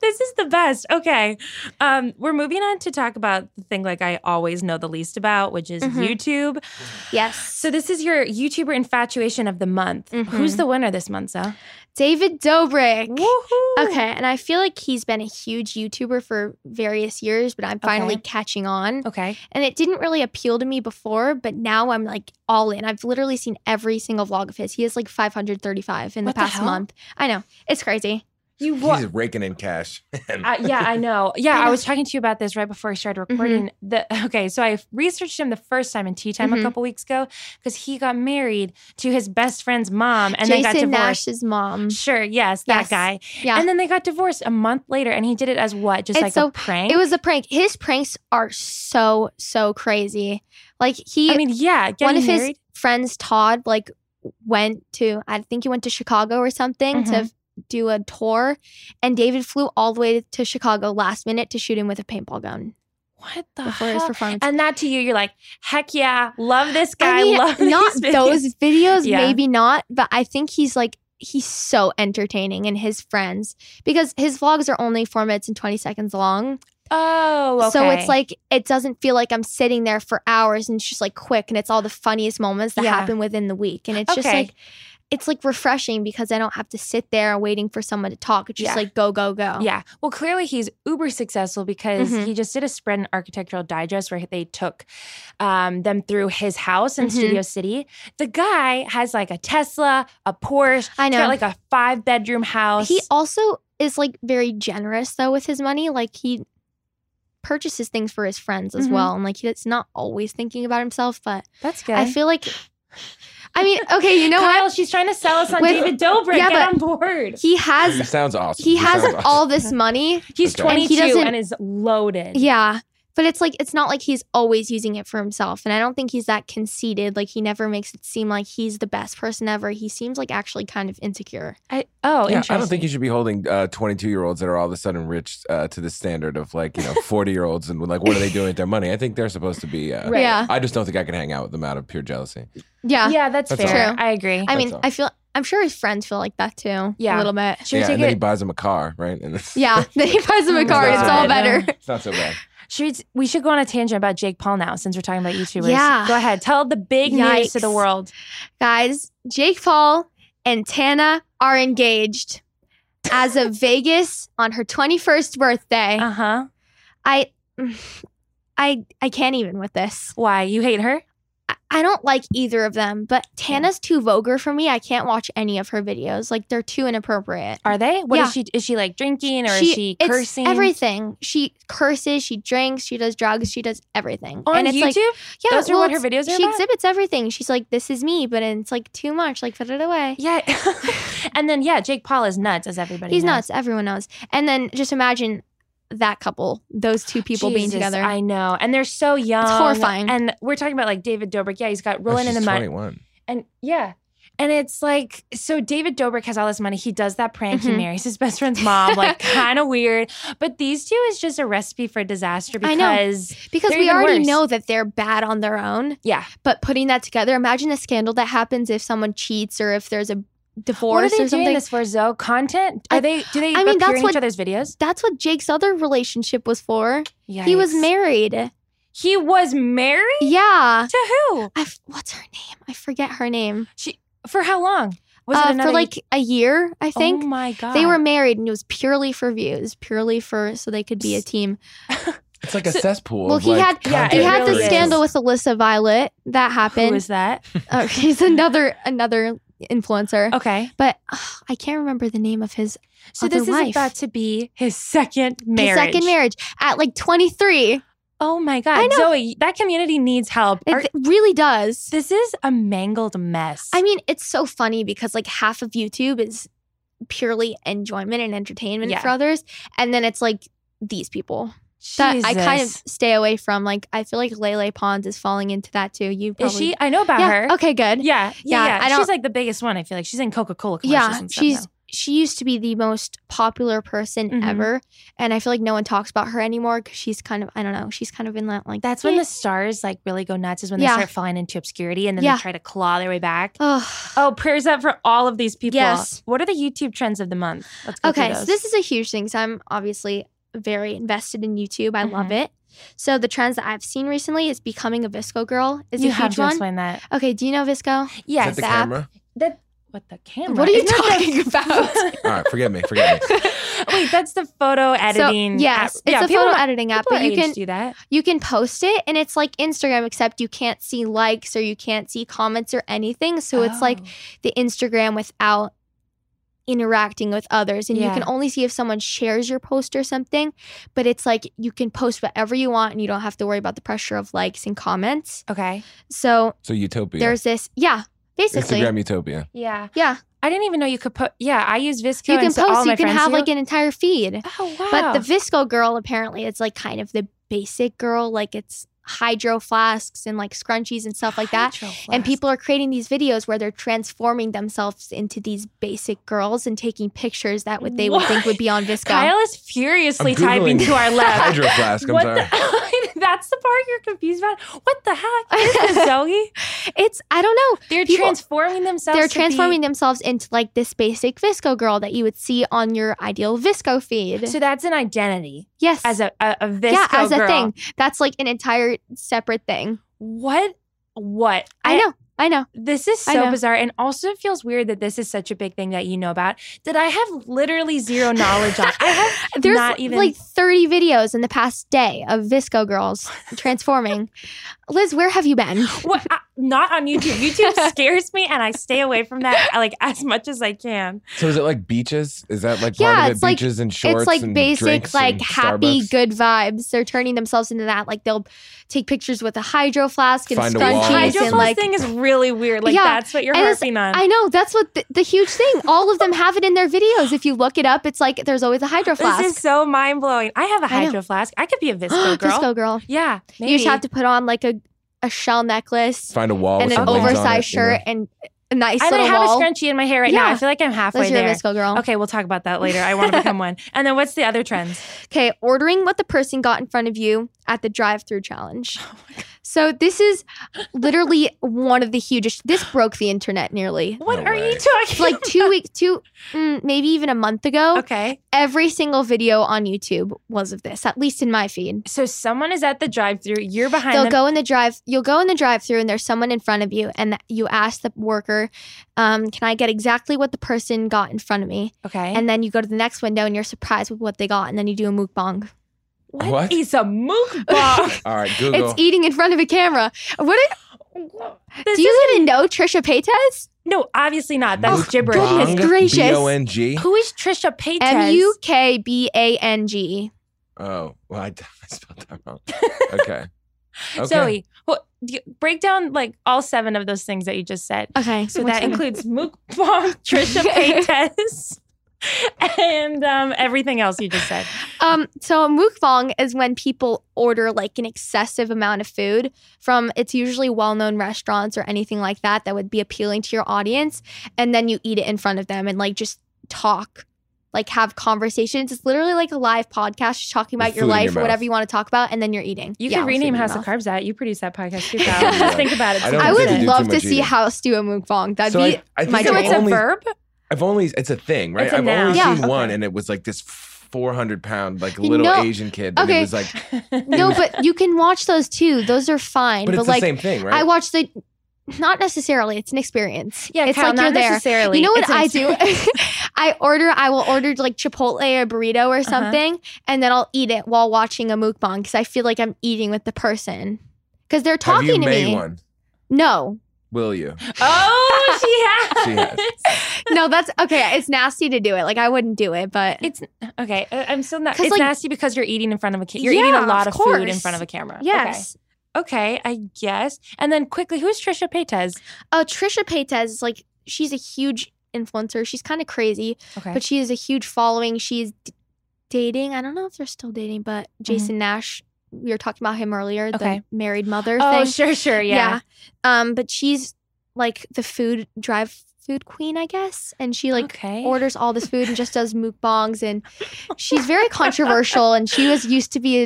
S1: this is the best. Okay. Um, we're moving on to talk about the thing like I always know the least about, which is
S3: Mhm.
S1: YouTube.
S3: Yes.
S1: So this is your YouTuber infatuation of the month. Who's
S3: Mhm.
S1: the winner this month, Zoe?
S3: David Dobrik.
S1: Woohoo.
S3: Okay, and I feel like he's been a huge YouTuber for various years, but I'm finally
S1: Okay.
S3: catching on.
S1: Okay.
S3: And it didn't really appeal to me before, but now I'm like all in. I've literally seen every single vlog of his. He has like 535 in the
S1: What the
S3: past
S1: hell?
S3: month. I know. It's crazy. You wa-
S2: He's raking in cash.
S1: Uh, yeah, I know. Yeah,
S3: I
S1: I,
S3: know.
S1: was talking to you about this right before we
S3: Mm-hmm.
S1: started recording. The okay, so I researched him the first time in tea time
S3: Mhm.
S1: a couple weeks ago because he got married to his best friend's mom and
S3: Jason
S1: they got divorced.
S3: Nash's mom.
S1: Sure, yes, that
S3: Yes.
S1: guy.
S3: Yeah.
S1: And then they got divorced a month later, and he did it as what? Just
S3: It's
S1: like a
S3: so-
S1: prank.
S3: It was a prank. His pranks are so so crazy. Like he,
S1: I mean, yeah,
S3: one
S1: getting
S3: of
S1: married.
S3: his friends, Todd, like went to I think he went to Chicago or something to
S1: Mm-hmm.
S3: do a tour, and David flew all the way to Chicago last minute to shoot him with a paintball gun
S1: what the
S3: before his
S1: hell?
S3: performance.
S1: and that to you, you're like, heck yeah, love this guy.
S3: I mean,
S1: love
S3: not
S1: these videos.
S3: those videos,
S1: Yeah.
S3: maybe not, but I think he's like he's so entertaining and his friends because his vlogs are only four minutes and twenty seconds long.
S1: Oh, okay.
S3: So it's like it doesn't feel like I'm sitting there for hours and it's just like quick and it's all the funniest moments that
S1: Yeah.
S3: happen within the week. And it's just
S1: Okay.
S3: like it's like refreshing because I don't have to sit there waiting for someone to talk. It's just
S1: Yeah.
S3: like go, go, go.
S1: Yeah. Well, clearly he's uber successful because
S3: Mhm.
S1: he just did a spread in Architectural Digest where they took um, them through his house in
S3: Mhm.
S1: Studio City. The guy has like a Tesla, a Porsche.
S3: I
S1: He's
S3: know.
S1: got like a five bedroom house.
S3: he also is like very generous though with his money. Like he purchases things for his friends as
S1: Mhm.
S3: well. And like he's not always thinking about himself, but
S1: That's good.
S3: I feel like I mean, okay, you know what?
S1: Kyle, she's trying to sell us on
S3: With-
S1: David Dobrik.
S3: Yeah,
S1: Get on board.
S3: He
S2: he
S3: has
S2: sounds awesome.
S3: he has
S2: sounds awesome.
S3: all this money.
S1: He's
S2: Okay. And
S1: 22
S3: he
S1: and,
S3: doesn't-
S1: is loaded.
S3: Yeah. But it's like it's not like he's always using it for himself. And I don't think he's that conceited. Like he never makes it seem like he's the best person ever. He seems like actually kind of insecure.
S1: I, oh,
S2: Yeah,
S1: interesting.
S2: I don't think you should be holding uh, 22 year olds that are all of a sudden rich uh, to the standard of like, you know, 40 year olds and like, what are they doing with their money? I think they're supposed to be. Uh,
S1: Right.
S3: Yeah.
S2: I just don't think I can hang out with them out of pure jealousy.
S3: Yeah.
S1: Yeah, that's,
S2: That's
S1: fair.
S3: all.
S1: I agree.
S3: I
S2: That's
S3: mean,
S2: all.
S3: I feel I'm sure his friends feel like that too.
S1: Yeah.
S3: A little bit.
S1: should we
S2: yeah,
S1: take
S2: and then he
S1: it?
S2: buys them a car, right? And it's,
S3: Yeah. Then he buys him a
S1: It's
S3: car.
S2: not
S3: It's
S2: so
S3: all
S2: bad.
S3: better.
S2: it's not so bad.
S1: Should we should go on a tangent about Jake Paul now since we're talking about YouTubers?
S3: Yeah.
S1: Go ahead. Tell the big news to the
S3: Yikes.
S1: world.
S3: Guys, Jake Paul and Tana are engaged as of Vegas on her 21st birthday.
S1: Uh huh.
S3: I I I can't even with this.
S1: Why? You hate her?
S3: I- I don't like either of them, but Tana's too vulgar for me. I can't watch any of her videos. Like they're too inappropriate.
S1: Are they? What is
S3: Yeah.
S1: she? Is she like drinking or is she
S3: it's
S1: cursing?
S3: Everything. She curses, she drinks, she does drugs, she does everything.
S1: on
S3: and it's
S1: YouTube.
S3: like yeah,
S1: Those are
S3: well,
S1: what her
S3: it's-
S1: videos are
S3: She
S1: about?
S3: exhibits everything. She's like, This is me, but it's like too much. Like put it away.
S1: yeah. and then yeah, Jake Paul is nuts, as everybody.
S3: He's
S1: knows.
S3: nuts, everyone knows. And then just imagine that couple, those two people being
S1: Jesus,
S3: together.
S1: I know, and they're so young.
S3: horrifying.
S1: And we're talking about like David Dobrik. Yeah, he's got rolling
S2: Oh,
S1: in the
S2: she's
S1: mud.
S2: 21.
S1: And yeah. And it's like, so David Dobrik has all this money. He does that prank. He
S3: Mhm.
S1: marries his best friend's mom, like kind of weird. But these two is just a recipe for disaster
S3: I know.
S1: because,
S3: because
S1: they're
S3: we
S1: even
S3: already
S1: worse.
S3: know that they're bad on their own.
S1: yeah.
S3: But putting that together, imagine the scandal that happens if someone cheats or if there's a
S1: what are
S3: divorce
S1: they
S3: or
S1: doing
S3: something.
S1: this for, Zoe? Content? Are
S3: I-
S1: they, do they
S3: I
S1: appear
S3: mean, that's
S1: in each
S3: what-
S1: other's videos?
S3: That's what Jake's other relationship was for. He was
S1: Yikes.
S3: married.
S1: He was married
S3: Yeah.
S1: to who?
S3: I f- what's her name? I forget her name.
S1: For how long? Was
S3: Uh,
S1: it another
S3: for like a year, I think.
S1: Oh my God.
S3: they were married and it was purely for views, purely for so they could be a team.
S2: It's like a
S1: So-
S2: cesspool.
S3: well,
S2: of,
S3: he
S2: like,
S3: had-
S1: yeah,
S2: content
S3: He had
S1: really
S3: the
S1: is.
S3: scandal with Alyssa Violet that
S1: Who
S3: happened.
S1: was that?
S3: Oh, he's another another influencer.
S1: Okay.
S3: But ugh, I can't remember the name of his
S1: So
S3: Other
S1: this
S3: wife.
S1: is about to be his second
S3: his
S1: marriage.
S3: second marriage at like 23.
S1: Oh my God.
S3: I know.
S1: Zoe, that community needs help.
S3: It
S1: Are-
S3: th- really does.
S1: This is a mangled mess.
S3: I mean, it's so funny because like half of YouTube is purely enjoyment and entertainment
S1: Yeah.
S3: for others, and then it's like these people that I kind of
S1: Jesus.
S3: stay away from. Like I feel like Lele Pons is falling into that too. You probably,
S1: is she? I know about
S3: yeah.
S1: her.
S3: Okay, good.
S1: Yeah, yeah,
S3: Yeah,
S1: yeah.
S3: I don't-
S1: she's like the biggest one. I feel like she's in Coca Cola commercials.
S3: yeah,
S1: and stuff
S3: she's
S1: now.
S3: she used to be the most popular person
S1: Mhm.
S3: ever, and I feel like no one talks about her anymore because she's kind of I don't know. She's kind of in that like
S1: That's when
S3: eh.
S1: the stars like really go nuts. Is when
S3: Yeah.
S1: they start falling into obscurity and then
S3: Yeah.
S1: they try to claw their way back.
S3: Ugh.
S1: Oh, prayers up for all of these people.
S3: Yes.
S1: What are the YouTube trends of the month? Let's go through
S3: Okay, so
S1: those.
S3: this is a huge thing. So I'm obviously very invested in YouTube. I
S1: Mm-hmm.
S3: love it. So the trends that I've seen recently is becoming a Visco girl is
S1: you
S3: a
S1: have
S3: huge
S1: to
S3: one.
S1: explain that.
S3: Okay, do you know Visco?
S1: Yes,
S2: Is that the
S3: the app.
S2: camera?
S1: That- what the camera?
S3: What are you
S1: Isn't that
S3: talking
S1: the-
S3: about?
S2: All right, forget me. Forget me.
S1: Wait, that's the photo editing.
S3: So, yes,
S1: app.
S3: it's
S1: yeah,
S3: a
S1: people
S3: photo
S1: my-
S3: editing app,
S1: people
S3: but
S1: our
S3: you
S1: age
S3: can
S1: do that.
S3: you can post it and it's like Instagram except you can't see likes or you can't see comments or anything. So it's like
S1: Oh.
S3: the Instagram without interacting with others and you
S1: Yeah.
S3: can only see if someone shares your post or something but it's like you can post whatever you want and you don't have to worry about the pressure of likes and comments
S1: Okay.
S3: so
S2: So utopia.
S3: there's this yeah basically
S2: Instagram utopia.
S1: Yeah.
S3: yeah
S1: I didn't even know you could put. Yeah, I use Visco.
S3: you can
S1: and so all
S3: post
S1: my
S3: you can
S1: friends
S3: have
S1: do.
S3: like an entire feed
S1: Oh wow!
S3: but the visco girl apparently it's like kind of the basic girl like it's hydro flasks and like scrunchies and stuff like that And people are creating these videos where they're transforming themselves into these basic girls and taking pictures that would they would think would be on Visco.
S1: Kyle is furiously
S2: I'm Googling
S1: typing to our lab.
S2: Hydro flask. I'm
S1: What
S2: sorry.
S1: the- that's the part you're confused about. What the heck? Is this Zoe?
S3: it's I don't know.
S1: They're
S3: People-
S1: transforming themselves.
S3: they're
S1: to
S3: transforming themselves into like this basic Visco girl that you would see on your ideal Visco
S1: Be,
S3: feed.
S1: so that's an identity
S3: yes.
S1: as a a, a Visco
S3: yeah, as
S1: girl.
S3: a thing. That's like an entire separate thing.
S1: What? What?
S3: I, know. I know.
S1: This is
S3: I
S1: so
S3: know.
S1: bizarre, and also it feels weird that this is such a big thing that you know about. That I have literally zero knowledge on. I have
S3: There's
S1: not even
S3: like 30 videos in the past day of Visco girls transforming. Liz, where have you been?
S1: What, I, not on YouTube. YouTube scares me, and I stay away from that like as much as I can.
S2: So is it like beaches? Is that like
S3: Yeah,
S2: part of
S3: it's
S2: it?
S3: like-
S2: Beaches and shorts.
S3: it's like
S2: and
S3: basic,
S2: drinks
S3: like
S2: and
S3: happy,
S2: Starbucks?
S3: good vibes. They're turning themselves into that. Like they'll take pictures with a hydro flask and
S2: Find a wall.
S3: scrunchies
S1: Hydro
S3: and
S1: flask
S3: like.
S1: thing is really weird. Like
S3: Yeah,
S1: that's what you're
S3: and it's-
S1: harping on.
S3: I know that's what the, the huge thing. All of them have it in their videos. If you look it up, it's like there's always a hydro flask.
S1: this is so mind blowing. I have a
S3: I know.
S1: hydro flask. I could be a Visco girl.
S3: Disco girl.
S1: Yeah, maybe.
S3: You just have to put on like a, a shell necklace
S2: Find a wall
S3: and
S2: with
S3: an
S2: some wings on
S3: oversized
S2: it, you know?
S3: shirt and a nice
S1: And I
S3: little
S1: have
S3: wall.
S1: a scrunchie in my hair right now.
S3: Yeah.
S1: I feel like I'm halfway
S3: Liz, you're
S1: there.
S3: a Visco girl.
S1: Okay, we'll talk about that later. I want to become one. And then what's the other trends?
S3: Okay, ordering what the person got in front of you at the drive-through challenge.
S1: Oh
S3: So this is literally one of the hugest. This broke the internet nearly.
S1: What
S2: No
S1: are
S2: way.
S1: you talking?
S3: Like two weeks, two, mm, maybe even a month ago,
S1: okay,
S3: every single video on YouTube was of this. At least in my feed,
S1: so someone is at the drive-through. You're behind
S3: they'll
S1: them.
S3: go in the drive. You'll go in the drive-through, and there's someone in front of you, and you ask the worker, um, "Can I get exactly what the person got in front of me?"
S1: okay,
S3: And then you go to the next window, and you're surprised with what they got, and then you do a mukbang.
S2: What?
S1: It's a mukbang.
S2: All right, Google.
S3: It's e-, eating in front of a camera. What a-
S1: This
S3: do you even know Trisha Paytas?
S1: No, obviously not. That's
S2: Mukbang,
S1: gibberish.
S3: goodness gracious.
S2: B O N G.
S1: Who is Trisha Paytas?
S3: M U K B A N G.
S2: Oh, well, I, I spelled that wrong. Okay. okay.
S1: Zoe. What, do you- break down like all seven of those things that you just said.
S3: Okay,
S1: So that includes mukbang, Trisha Paytas, and um, everything else you just said.
S3: um, so a mukbang is when people order like an excessive amount of food from it's usually well-known restaurants or anything like that that would be appealing to your audience, and then you eat it in front of them and like just talk. Like have conversations. It's literally like a live podcast, just talking
S2: With
S3: about your
S2: food in
S3: life
S2: your
S3: or
S2: mouth.
S3: whatever you want to talk about, and then you're eating.
S1: You
S3: Yeah.
S1: could rename
S2: figure it
S1: House of Carbs out. You produce that podcast too,
S3: Yeah.
S1: Kyle. Just think about it.
S2: I don't
S3: I
S2: think
S3: would
S2: they do
S3: love
S2: too
S3: to
S2: much
S3: see
S2: eating.
S3: House do a mukbang. That'd
S2: So
S3: be
S2: I, I think
S3: my
S2: I've
S1: So it's a
S2: only-
S1: verb.
S2: I've only it's a thing, right?
S1: It's a
S2: I've
S1: noun.
S2: only
S3: Yeah.
S2: seen one,
S1: Okay.
S2: and it was like this four hundred pound, like
S3: You
S2: little
S3: know-
S2: Asian kid. And
S3: okay.
S2: it was like,
S3: No, but you can watch those too. Those are fine.
S2: but,
S3: But,
S2: it's
S3: like
S2: the same thing, right?
S3: I watch the not necessarily, it's an experience.
S1: yeah,
S3: it's
S1: Kyle,
S3: like
S1: not
S3: you're there.
S1: necessarily.
S3: You know what
S1: It's an
S3: I do?
S1: experience. Uh-huh.
S3: I order I will order like Chipotle or a burrito or something and then I'll eat it while watching a mukbang because I feel like I'm eating with the person. Because they're
S2: Have
S3: talking
S2: you
S3: to
S2: made
S3: me.
S2: one?
S3: No.
S2: Will you?
S1: oh, she has.
S2: She has.
S3: No, that's okay. It's nasty to do it. Like I wouldn't do it, but
S1: It's okay. I- I'm still not.
S3: 'Cause,
S1: It's
S3: like-
S1: nasty because you're eating in front of a. Ca- you're eating a
S3: Yeah,
S1: lot of,
S3: of
S1: food in
S3: course.
S1: front of a camera. Okay.
S3: yes.
S1: Okay, I guess. And then quickly, who's Trisha Paytas?
S3: Oh, Trisha Paytas is like she's a huge influencer. She's kind of crazy,
S1: Okay.
S3: but she has a huge following. She's d- dating. I don't know if they're still dating, but Jason Nash. We were talking about him earlier.
S1: Mm-hmm. Okay.
S3: The married mother
S1: oh,
S3: thing.
S1: sure, sure, yeah.
S3: Um, but she's like the food drive food queen, I guess, and she like.
S1: okay.
S3: Orders all this food and just does mukbangs, and she's very controversial. And she was used to be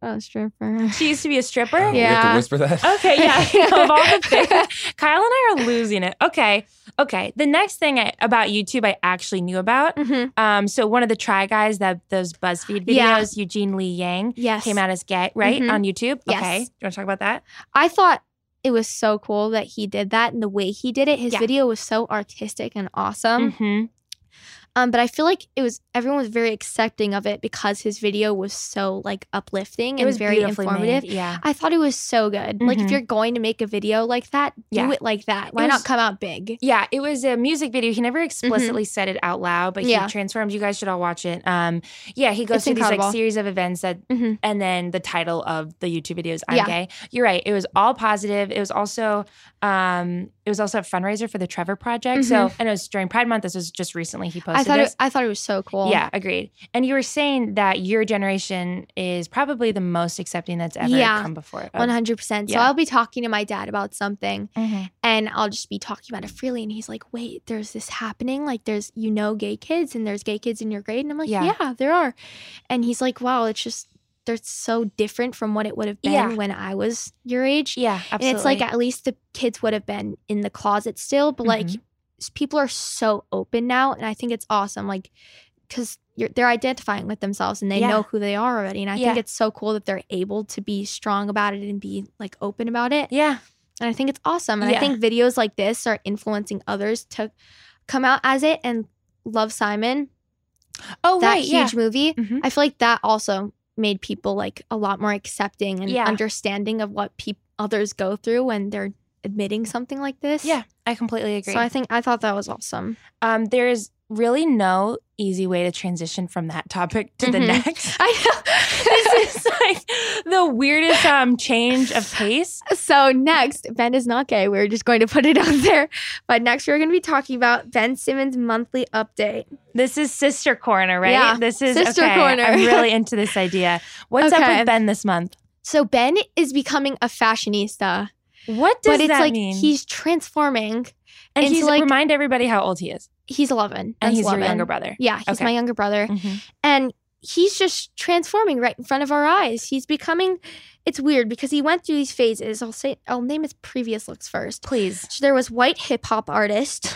S3: a, a stripper.
S1: she used to be a stripper.
S2: Oh, We have
S3: Yeah.
S2: to whisper that.
S1: Okay, yeah. You know, of all the things, Kyle and I are losing it. Okay, okay. The next thing I, about YouTube I actually knew about.
S3: Mhm.
S1: Um, so one of the try guys that those BuzzFeed videos,
S3: Yeah.
S1: Eugene Lee Yang,
S3: Yes,
S1: came out as gay, right,
S3: Mhm.
S1: on YouTube.
S3: Yes.
S1: Okay, do you want to talk about that?
S3: I thought it was so cool that he did that and the way he did it. His
S1: Yeah.
S3: Um, video was so artistic and awesome.
S1: hmm
S3: Um, but I feel like it was everyone was very accepting of it because his video was so like uplifting and very informative.
S1: made, Yeah.
S3: I thought it was so good. Like
S1: Mhm.
S3: if you're going to make a video like that,
S1: Yeah.
S3: do it like that. Why
S1: It was-
S3: not come out big?
S1: Yeah, it was a music video. He never explicitly said it out loud, but
S3: Mm-hmm. Yeah.
S1: he transformed. You guys should all watch it. Um, yeah, he goes
S3: It's
S1: through these
S3: incredible.
S1: like series of events that,
S3: Mhm.
S1: and then the title of the YouTube video is "I'm
S3: Yeah.
S1: Gay." You're right. It was all positive. It was also, um, it was also a fundraiser for the Trevor Project. So, and it was during Pride Month. This was just recently he posted.
S3: Mm-hmm. I thought
S1: this.
S3: it, I thought it was so cool.
S1: Yeah, agreed. And you were saying that your generation is probably the most accepting that's ever
S3: Yeah.
S1: come before. of-
S3: One hundred percent. So
S1: Yeah.
S3: I'll be talking to my dad about something,
S1: Mhm.
S3: and I'll just be talking about it freely, and he's like, "Wait, there's this happening. Like, there's you know, gay kids, and there's gay kids in your grade." And I'm like,
S1: Yeah.
S3: "Yeah, there are," and he's like, "Wow, it's just they're so different from what it would have been
S1: Yeah.
S3: when I was your age."
S1: Yeah, absolutely.
S3: And it's like at least the kids would have been in the closet still, but like
S1: Mhm.
S3: s- people are so open now, and I think it's awesome. Like, because they're identifying with themselves and they
S1: Yeah.
S3: know who they are already, and I
S1: Yeah.
S3: think it's so cool that they're able to be strong about it and be like open about it.
S1: yeah,
S3: And I think it's awesome, and
S1: Yeah.
S3: I think videos like this are influencing others to come out as it and love Simon.
S1: oh
S3: that
S1: right,
S3: huge
S1: yeah.
S3: movie,
S1: Mhm.
S3: I feel like that also made people like a lot more accepting and
S1: Yeah.
S3: understanding of what peop others go through when they're admitting something like this.
S1: Yeah, I completely agree.
S3: So I think I thought that was awesome.
S1: um, there is really no easy way to transition from that topic to the
S3: Mhm.
S1: next.
S3: I know.
S1: this is like the weirdest um, change of pace.
S3: so next, Ben is not gay. We're just going to put it out there. But next, we're going to be talking about Ben Simmons' monthly update.
S1: This is sister corner, right?
S3: Yeah,
S1: this is
S3: sister
S1: okay,
S3: corner.
S1: I'm really into this idea. What's up
S3: Okay.
S1: with Ben this month?
S3: So Ben is becoming a fashionista,
S1: What does
S3: but it's
S1: that
S3: like
S1: mean?
S3: he's transforming.
S1: and
S3: into,
S1: he's
S3: like-
S1: remind everybody how old he is,
S3: He's 11.
S1: and
S3: Ben's
S1: he's
S3: 11.
S1: your younger brother.
S3: Yeah, he's
S1: Okay.
S3: my younger brother.
S1: Mhm.
S3: and he's just transforming right in front of our eyes. He's becoming it's weird because he went through these phases. I'll say I'll name his previous looks first.
S1: Please.
S3: So there was white hip hop artist.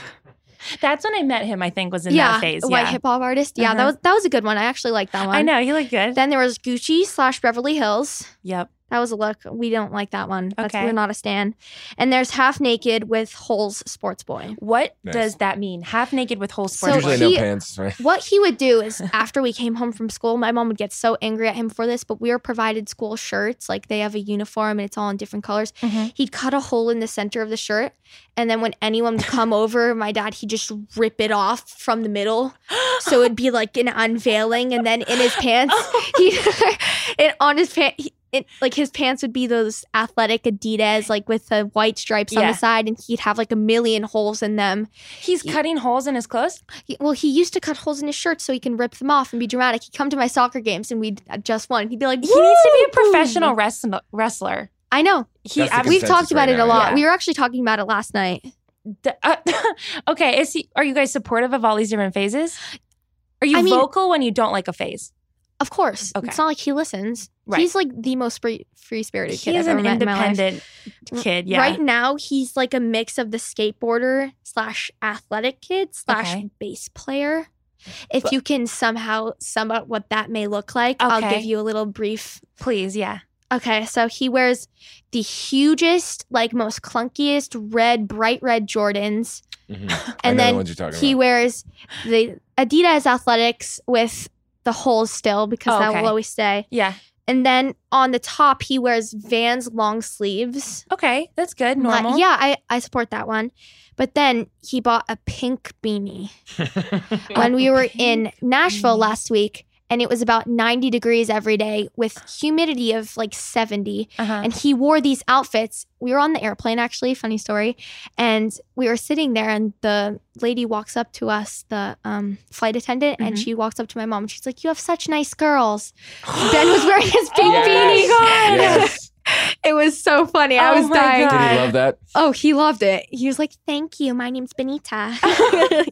S1: That's when I met him, I think, was in
S3: yeah,
S1: that phase.
S3: white
S1: yeah.
S3: hip hop artist. Yeah, that
S1: Uh-huh.
S3: was that was a good one. I actually like that one.
S1: I know, he looked good.
S3: Then there was Gucci slash Beverly Hills.
S1: yep.
S3: That was a look. We don't like that one. That's,
S1: Okay.
S3: We're not a stan. And there's half naked with holes sports boy.
S1: What
S2: Nice.
S1: does that mean? Half naked with whole
S3: So
S1: sports.
S2: Usually
S3: he-
S2: no pants, right?
S3: What he would do is after we came home from school, my mom would get so angry at him for this, but we were provided school shirts. Like they have a uniform and it's all in different colors.
S1: Mhm.
S3: He'd cut a hole in the center of the shirt. And then when anyone would come over, my dad, he'd just rip it off from the middle. So it'd be like an unveiling. And then in his pants, he and on his pants, it, like his pants would be those athletic Adidas, like with the white stripes on
S1: Yeah.
S3: the side, and he'd have like a million holes in them.
S1: He's cutting holes in his clothes?
S3: He, well, he used to cut holes in his shirt so he can rip them off and be dramatic. He'd come to my soccer games and we'd I'd just won. He'd be like,
S1: He needs to be a
S3: "Woo!"
S1: professional wrestler. wrestler.
S3: I know. Uh,
S1: He
S2: That's the
S1: ab-
S2: We've
S3: We've
S2: Consensus
S3: talked about
S2: right
S3: it a
S2: now,
S3: lot.
S1: yeah.
S3: We were actually talking about it last night.
S1: d- uh, okay, is he are you guys supportive of all these different phases? Are you
S3: I mean-
S1: vocal when you don't like a phase?
S3: Of course.
S1: Okay.
S3: It's not like he listens.
S1: Right.
S3: He's like the most free spirited kid
S1: He is
S3: I've ever
S1: an
S3: met in my life.
S1: independent kid, yeah.
S3: Right now, he's like a mix of the skateboarder slash athletic kid slash
S1: Okay.
S3: bass player. If
S1: But-
S3: you can somehow sum up what that may look like, I'll
S1: Okay.
S3: give you a little brief
S1: Please, yeah.
S3: Okay, so he wears the hugest, like most clunkiest red, bright red Jordans.
S2: Mhm. I know
S3: And
S2: the
S3: then
S2: ones you're talking
S3: he
S2: about.
S3: wears the Adidas Athletics with the holes still because
S1: Oh,
S3: that
S1: okay.
S3: will always stay.
S1: Yeah.
S3: And then on the top, he wears Vans long sleeves.
S1: Okay. That's good.
S3: Li-
S1: Normal.
S3: yeah, I, I support that one. But then he bought a pink beanie when we were in Nashville
S1: beanie.
S3: last week, and it was about 90 degrees every day with humidity of like 70
S1: Uh-huh.
S3: and he wore these outfits. We were on the airplane, actually, funny story. And we were sitting there, and the lady walks up to us, the um, flight attendant, and
S1: Mhm.
S3: she walks up to my mom and she's like, You have such nice girls. ben was wearing his pink
S1: Yes.
S3: beanie.
S2: Yes.
S3: It was so funny.
S1: Oh
S3: I was
S1: my
S3: dying.
S1: God.
S2: Did he love that?
S3: Oh, he loved it. He was like, Thank you. My name's Benita.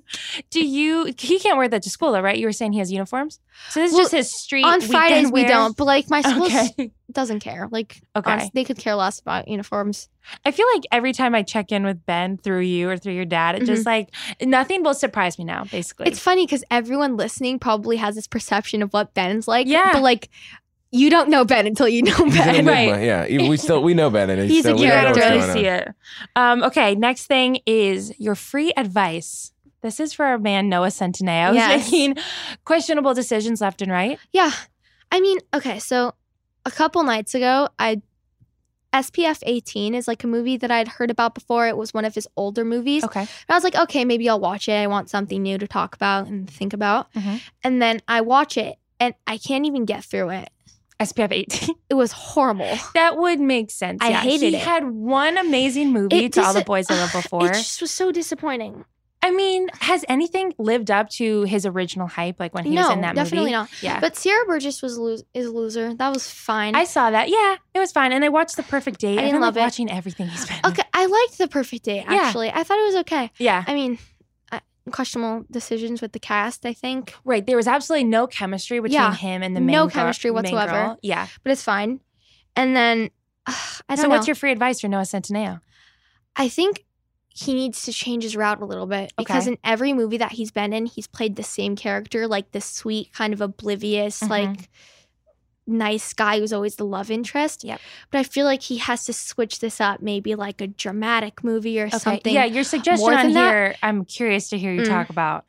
S1: Do you? He can't wear that to school, though, right? You were saying he has uniforms, so this
S3: Well,
S1: is just his street.
S3: on
S1: weekend
S3: Fridays, we
S1: wear?
S3: don't, but like my school s-
S1: Okay.
S3: doesn't care. Like,
S1: Okay.
S3: honest- they could care less about uniforms.
S1: I feel like every time I check in with Ben through you or through your dad, it just like nothing will surprise me now. Basically,
S3: Mm-hmm. It's funny because everyone listening probably has this perception of what Ben's like.
S1: Yeah.
S3: But like, you don't know Ben until you know
S2: He's an
S3: Ben.
S1: Right.
S2: enigma, Yeah. Even we still we know Ben, and
S3: He's a
S2: still, we
S1: you
S2: don't know
S1: don't
S2: what's
S1: really
S2: going on.
S1: see it. Um, okay, next thing is your free advice. This is for our man Noah Centineo, who's
S3: Yes.
S1: making questionable decisions left and right.
S3: Yeah. I mean, okay, so a couple nights ago, I SPF 18 is like a movie that I'd heard about before. It was one of his older movies.
S1: Okay.
S3: And I was like, okay, maybe I'll watch it. I want something new to talk about and think about.
S1: Mhm.
S3: And then I watch it and I can't even get through it.
S1: SPF 18.
S3: It was horrible.
S1: That would make sense.
S3: I
S1: yeah.
S3: hated
S1: he
S3: it.
S1: had one amazing movie
S3: It
S1: to all the
S3: dis-
S1: boys I love before.
S3: It just was so disappointing.
S1: I mean, has anything lived up to his original hype? Like when he was
S3: no,
S1: in that
S3: definitely
S1: movie?
S3: not.
S1: Yeah.
S3: But Sierra Burgess was lo- is a loser. That was fine.
S1: I saw that. Yeah, it was fine. And I watched The Perfect Date.
S3: I didn't
S1: I've been,
S3: love
S1: like,
S3: it.
S1: watching everything he's been. in.
S3: okay, I liked the perfect day
S1: Yeah.
S3: actually. I thought it was okay.
S1: Yeah.
S3: I mean, I, questionable decisions with the cast, I think,
S1: Right. There was absolutely no chemistry between
S3: Yeah.
S1: him and the main
S3: No
S1: girl-
S3: chemistry
S1: main
S3: whatsoever.
S1: girl. Yeah.
S3: but it's fine. And then ugh, I don't
S1: so
S3: know.
S1: what's your free advice for Noah Centineo?
S3: I think he needs to change his route a little bit because
S1: Okay.
S3: in every movie that he's been in, he's played the same character, like this sweet, kind of oblivious,
S1: Mhm.
S3: like nice guy who's always the love interest.
S1: Yep.
S3: But I feel like he has to switch this up, maybe like a dramatic movie or something.
S1: Yeah, your suggestion
S3: more
S1: on
S3: than that?
S1: here, I'm curious to hear you
S3: Mm.
S1: talk about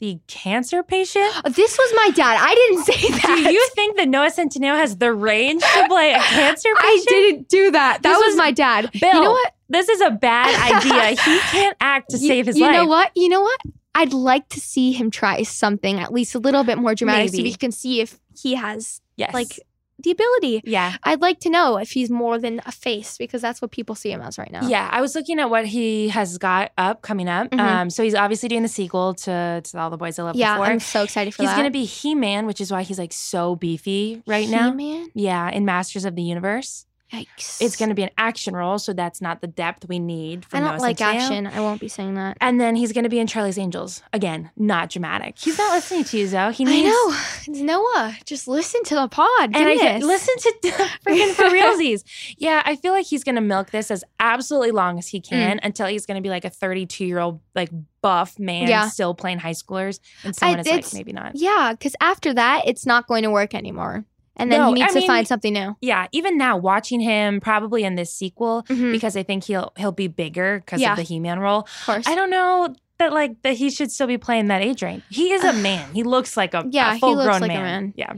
S1: the cancer patient.
S3: Oh, This was my dad. I didn't say that.
S1: Do you think that Noah Centineo has the range to play a cancer patient?
S3: I didn't do that. That
S1: This
S3: was,
S1: was-
S3: my dad.
S1: Bill,
S3: you know what?
S1: this is a bad idea. he can't act to
S3: You-
S1: save his
S3: you
S1: life.
S3: know what? You know what? I'd like to see him try something at least a little bit more dramatic so
S1: Maybe.
S3: we can see if he has
S1: Yes.
S3: like the ability.
S1: yeah.
S3: I'd like to know if he's more than a face because that's what people see him as right now.
S1: Yeah, I was looking at what he has got up coming up.
S3: Mhm.
S1: Um, so he's obviously doing the sequel to, to All the Boys I Love
S3: yeah.
S1: Before.
S3: I'm so excited for
S1: he's
S3: that.
S1: gonna be He Man, which is why he's like so beefy right now.
S3: man.
S1: Yeah, in Masters of the Universe,
S3: Yikes.
S1: it's gonna be an action role, so that's not the depth we need.
S3: I
S1: From
S3: don't
S1: Noah
S3: like
S1: Centineo.
S3: action. I won't be saying that.
S1: And then he's gonna be in Charlie's Angels again, not dramatic. He's not listening to you, Zoe. He
S3: I
S1: needs.
S3: know. It's Noah. Just listen to the pod.
S1: And I get,
S3: goodness.
S1: listen to freaking for realsies. Yeah, I feel like he's gonna milk this as absolutely long as he
S3: Mm.
S1: can until he's gonna be like a 32 year old like buff man
S3: Yeah.
S1: still playing high schoolers, and someone is like
S3: it's-
S1: maybe not.
S3: Yeah, because after that, it's not going to work anymore. And then
S1: No,
S3: he needs
S1: I
S3: to
S1: mean-
S3: find something new.
S1: Yeah, even now watching him probably in this sequel,
S3: Mhm,
S1: because I think he'll he'll be bigger because
S3: Yeah.
S1: of the He-Man role.
S3: of course.
S1: I don't know that like that he should still be playing that age range. He is a
S3: Ugh.
S1: man. He looks like a
S3: Yeah,
S1: a
S3: he
S1: full grown
S3: looks like a
S1: man.
S3: man.
S1: Yeah.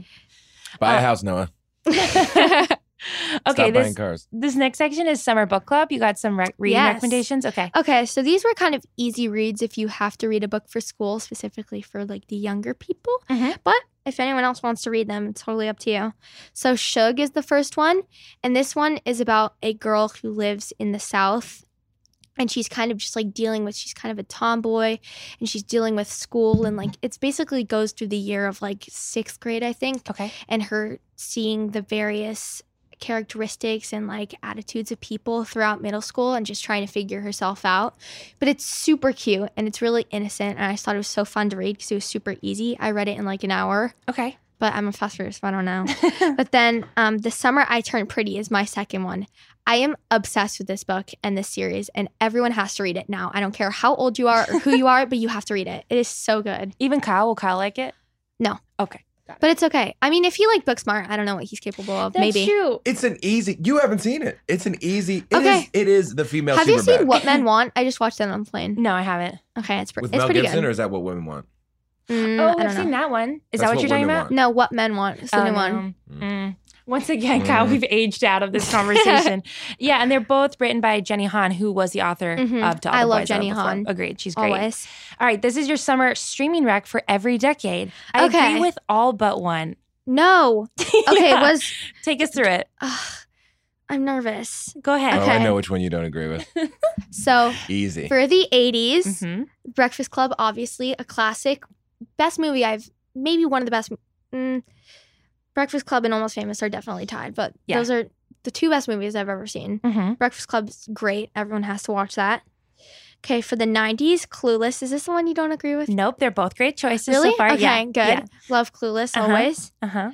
S2: Buy
S1: Uh,
S2: a house, Noah.
S1: okay.
S2: Stop buying
S1: This
S2: cars.
S1: this next section is summer book club. You got some rec- reading
S3: Yes.
S1: recommendations. Okay.
S3: Okay, so these were kind of easy reads if you have to read a book for school, specifically for like the younger people.
S1: Mhm.
S3: But if anyone else wants to read them, it's totally up to you. So Shug is the first one, and this one is about a girl who lives in the South. And she's kind of just like dealing with, she's kind of a tomboy and she's dealing with school. And like, it's basically goes through the year of like sixth grade, I think
S1: Okay.
S3: and her seeing the various characteristics and like attitudes of people throughout middle school and just trying to figure herself out. But it's super cute and it's really innocent. And I just thought it was so fun to read because it was super easy. I read it in like an hour,
S1: Okay.
S3: but I'm a fast reader, so I don't know. but then um, The Summer I Turned Pretty is my second one. I am obsessed with this book and this series, and everyone has to read it now. I don't care how old you are or who you are, but you have to read it. It is so good.
S1: Even Kyle will Kyle like it?
S3: No.
S1: Okay. Got it.
S3: But it's okay. I mean, if you like Booksmart, I don't know what he's capable of. maybe.
S1: true.
S2: It's an easy. You haven't seen it. It's an easy. It is.
S3: Okay.
S2: It is the female.
S3: Have you
S2: Superbad.
S3: seen What Men Want? I just watched that on the plane.
S1: No, I haven't.
S3: Okay, it's, pre-
S2: with
S3: it's
S2: Mel
S3: pretty
S2: Gibson,
S3: good.
S2: or is that what women want?
S3: Mm, I
S1: oh,
S3: don't
S1: I've
S3: know.
S1: seen that one. Is
S2: That's
S1: that what,
S2: what
S1: you're talking
S2: women
S1: about?
S2: want.
S3: No, What Men Want is the
S1: Oh,
S3: new one.
S1: no.
S2: Mm.
S1: Mm. Once again, Kyle,
S2: Mm.
S1: we've aged out of this conversation. yeah, and they're both written by Jenny Han, who was the author
S3: Mhm.
S1: of To All
S3: I
S1: the
S3: love
S1: Boys Out
S3: Jenny
S1: Before.
S3: Han.
S1: Agreed. She's great.
S3: Always.
S1: All right, this is your summer streaming rec for every decade. I agree
S3: Okay.
S1: with all but one.
S3: No. Okay,
S1: Yeah.
S3: was.
S1: Take us through it.
S3: Ugh, I'm nervous.
S1: Go ahead.
S2: Oh, I
S3: Okay.
S2: know which one you don't agree with.
S3: So
S2: Easy.
S3: for the
S2: Oh.
S3: 80s,
S1: Mhm.
S3: Breakfast Club, obviously a classic, best movie I've maybe one of the best. Mm, Breakfast Club and Almost Famous are definitely tied, but
S1: Yeah.
S3: those are the two best movies I've ever seen.
S1: Mhm.
S3: Breakfast Club's great. Everyone has to watch that. Okay, for the 90s, Clueless. Is this the one you don't agree with?
S1: Nope, they're both great choices
S3: Really?
S1: so far.
S3: Okay,
S1: yeah.
S3: good.
S1: Yeah.
S3: Love Clueless
S1: Uh-huh.
S3: always.
S1: Uh-huh.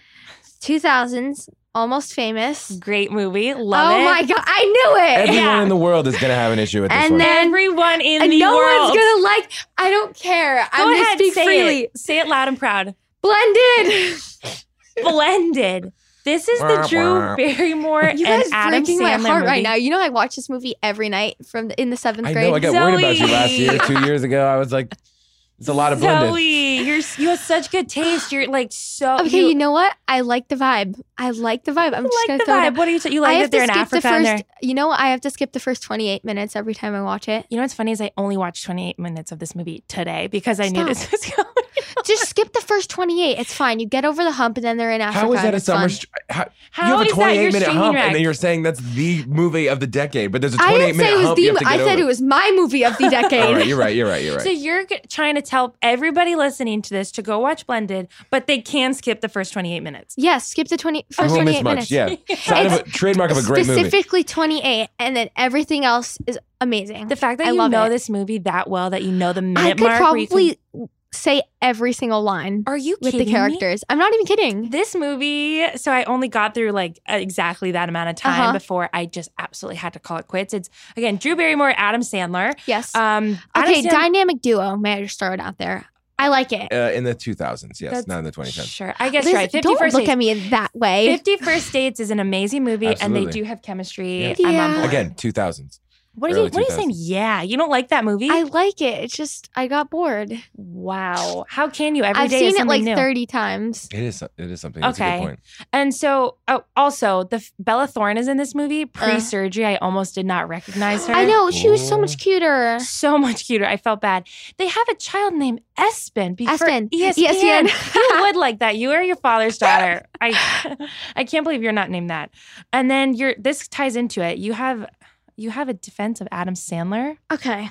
S3: 2000s, Almost Famous.
S1: Great movie. Love
S3: oh
S1: it.
S3: my god, I knew
S2: Everyone
S3: it.
S1: Yeah.
S2: in the world is gonna have an issue with this
S3: And
S2: one.
S3: then-
S1: Everyone in
S3: And
S1: the
S3: no
S1: world.
S3: one's gonna like. I don't care.
S1: Go
S3: I'm
S1: ahead,
S3: gonna speak
S1: say
S3: freely.
S1: It. Say it loud and proud.
S3: Blended.
S1: Blended. This is the
S2: Wah,
S1: Drew
S2: wah.
S1: Barrymore
S3: You
S1: and
S3: guys
S1: Adam
S3: breaking
S1: Sandler
S3: my heart
S1: movie.
S3: right now. You know I watch this movie every night from the, in the seventh
S2: I
S3: grade.
S2: know. I got worried about you last year,
S1: Zoe.
S2: two years ago. I was like, It's a lot of blended.
S1: Zoe, you're s- you have such good taste. You're like so.
S3: Okay, you, know what? I like the vibe. I like the vibe. I'm just
S1: like
S3: gonna
S1: the
S3: throw it
S1: vibe.
S3: out.
S1: What are you? T- you
S3: I
S1: like
S3: have
S1: that they're
S3: to
S1: in
S3: skip
S1: Africa
S3: the
S1: and
S3: first.
S1: they're.
S3: You know, I have to skip the first 28 minutes every time I watch it.
S1: You know what's funny is I only watched 28 minutes of this movie today because I knew
S3: Stop.
S1: this was coming.
S3: just skip the first 28. It's fine. You get over the hump, and then they're in Africa.
S2: How is that
S3: and
S2: a
S3: it's
S2: summer?
S3: fun.
S2: Str- how,
S1: How
S2: you have a
S1: is that
S2: 28
S1: your
S2: minute
S1: train
S2: hump, and
S1: wreck?
S2: then you're saying that's the movie of the decade, but there's a
S3: I
S2: 28
S3: didn't say
S2: minute
S3: it was
S2: hump.
S3: the.
S2: you have to
S3: I
S2: get
S3: said
S2: over.
S3: it was my movie of the
S2: All
S3: decade.
S2: right, you're right. You're right. You're right.
S1: So you're g- trying to tell everybody listening to this to go watch Blended, but they can skip the first 28 minutes.
S3: Yes, skip the 20
S2: I
S3: first
S2: won't
S3: 28
S2: miss
S3: minutes.
S2: much. Yeah, Sign of a, trademark of a great movie.
S3: Specifically 28, and then everything else is amazing.
S1: The fact that
S3: I
S1: you
S3: love
S1: know
S3: it.
S1: this movie that well, that you know the minute
S3: I could
S1: mark. where you can-
S3: probably say every single line
S1: are you
S3: with
S1: kidding
S3: the
S1: me?
S3: characters. I'm not even kidding.
S1: This movie, so I only got through like uh, exactly that amount of time
S3: Uh-huh.
S1: before I just absolutely had to call it quits. It's again Drew Barrymore, Adam Sandler.
S3: Yes.
S1: Um, Adam
S3: okay,
S1: Sandler-
S3: dynamic duo. May I just throw it out there? I like it.
S2: uh, in the 2000s, yes,
S1: That's-
S2: not in the 2010s.
S1: Sure, I guess
S3: Liz,
S1: right. Fifty
S3: don't
S1: First
S3: look
S1: Dates.
S3: at me in that way.
S1: Fifty First Dates is an amazing movie, and they
S2: Absolutely.
S1: do have chemistry.
S2: Yeah.
S1: I'm on
S3: Yeah.
S1: board.
S2: Again, 2000s.
S1: what are you?
S2: early
S1: What are you saying?
S2: 2000s.
S1: Yeah, you don't like that movie?
S3: I like it. It's just I got bored.
S1: wow, how can you? Every
S3: I've
S1: day
S3: seen
S1: is
S3: it like
S1: something new.
S3: 30 times.
S2: It is. It is something. That's a
S1: Okay.
S2: good point.
S1: And so, oh, also, the f- Bella Thorne is in this movie. Pre-surgery, I almost did not recognize her.
S3: Uh-huh. I know she was so
S2: Oh.
S3: much cuter.
S1: so much cuter. I felt bad. They have a child named Espen. Be- for E
S3: Espen. E
S1: ESPN. you would like that. You are your father's daughter. I, I can't believe you're not named that. And then you're. This ties into it. You have, you have a defense of Adam Sandler.
S3: Okay.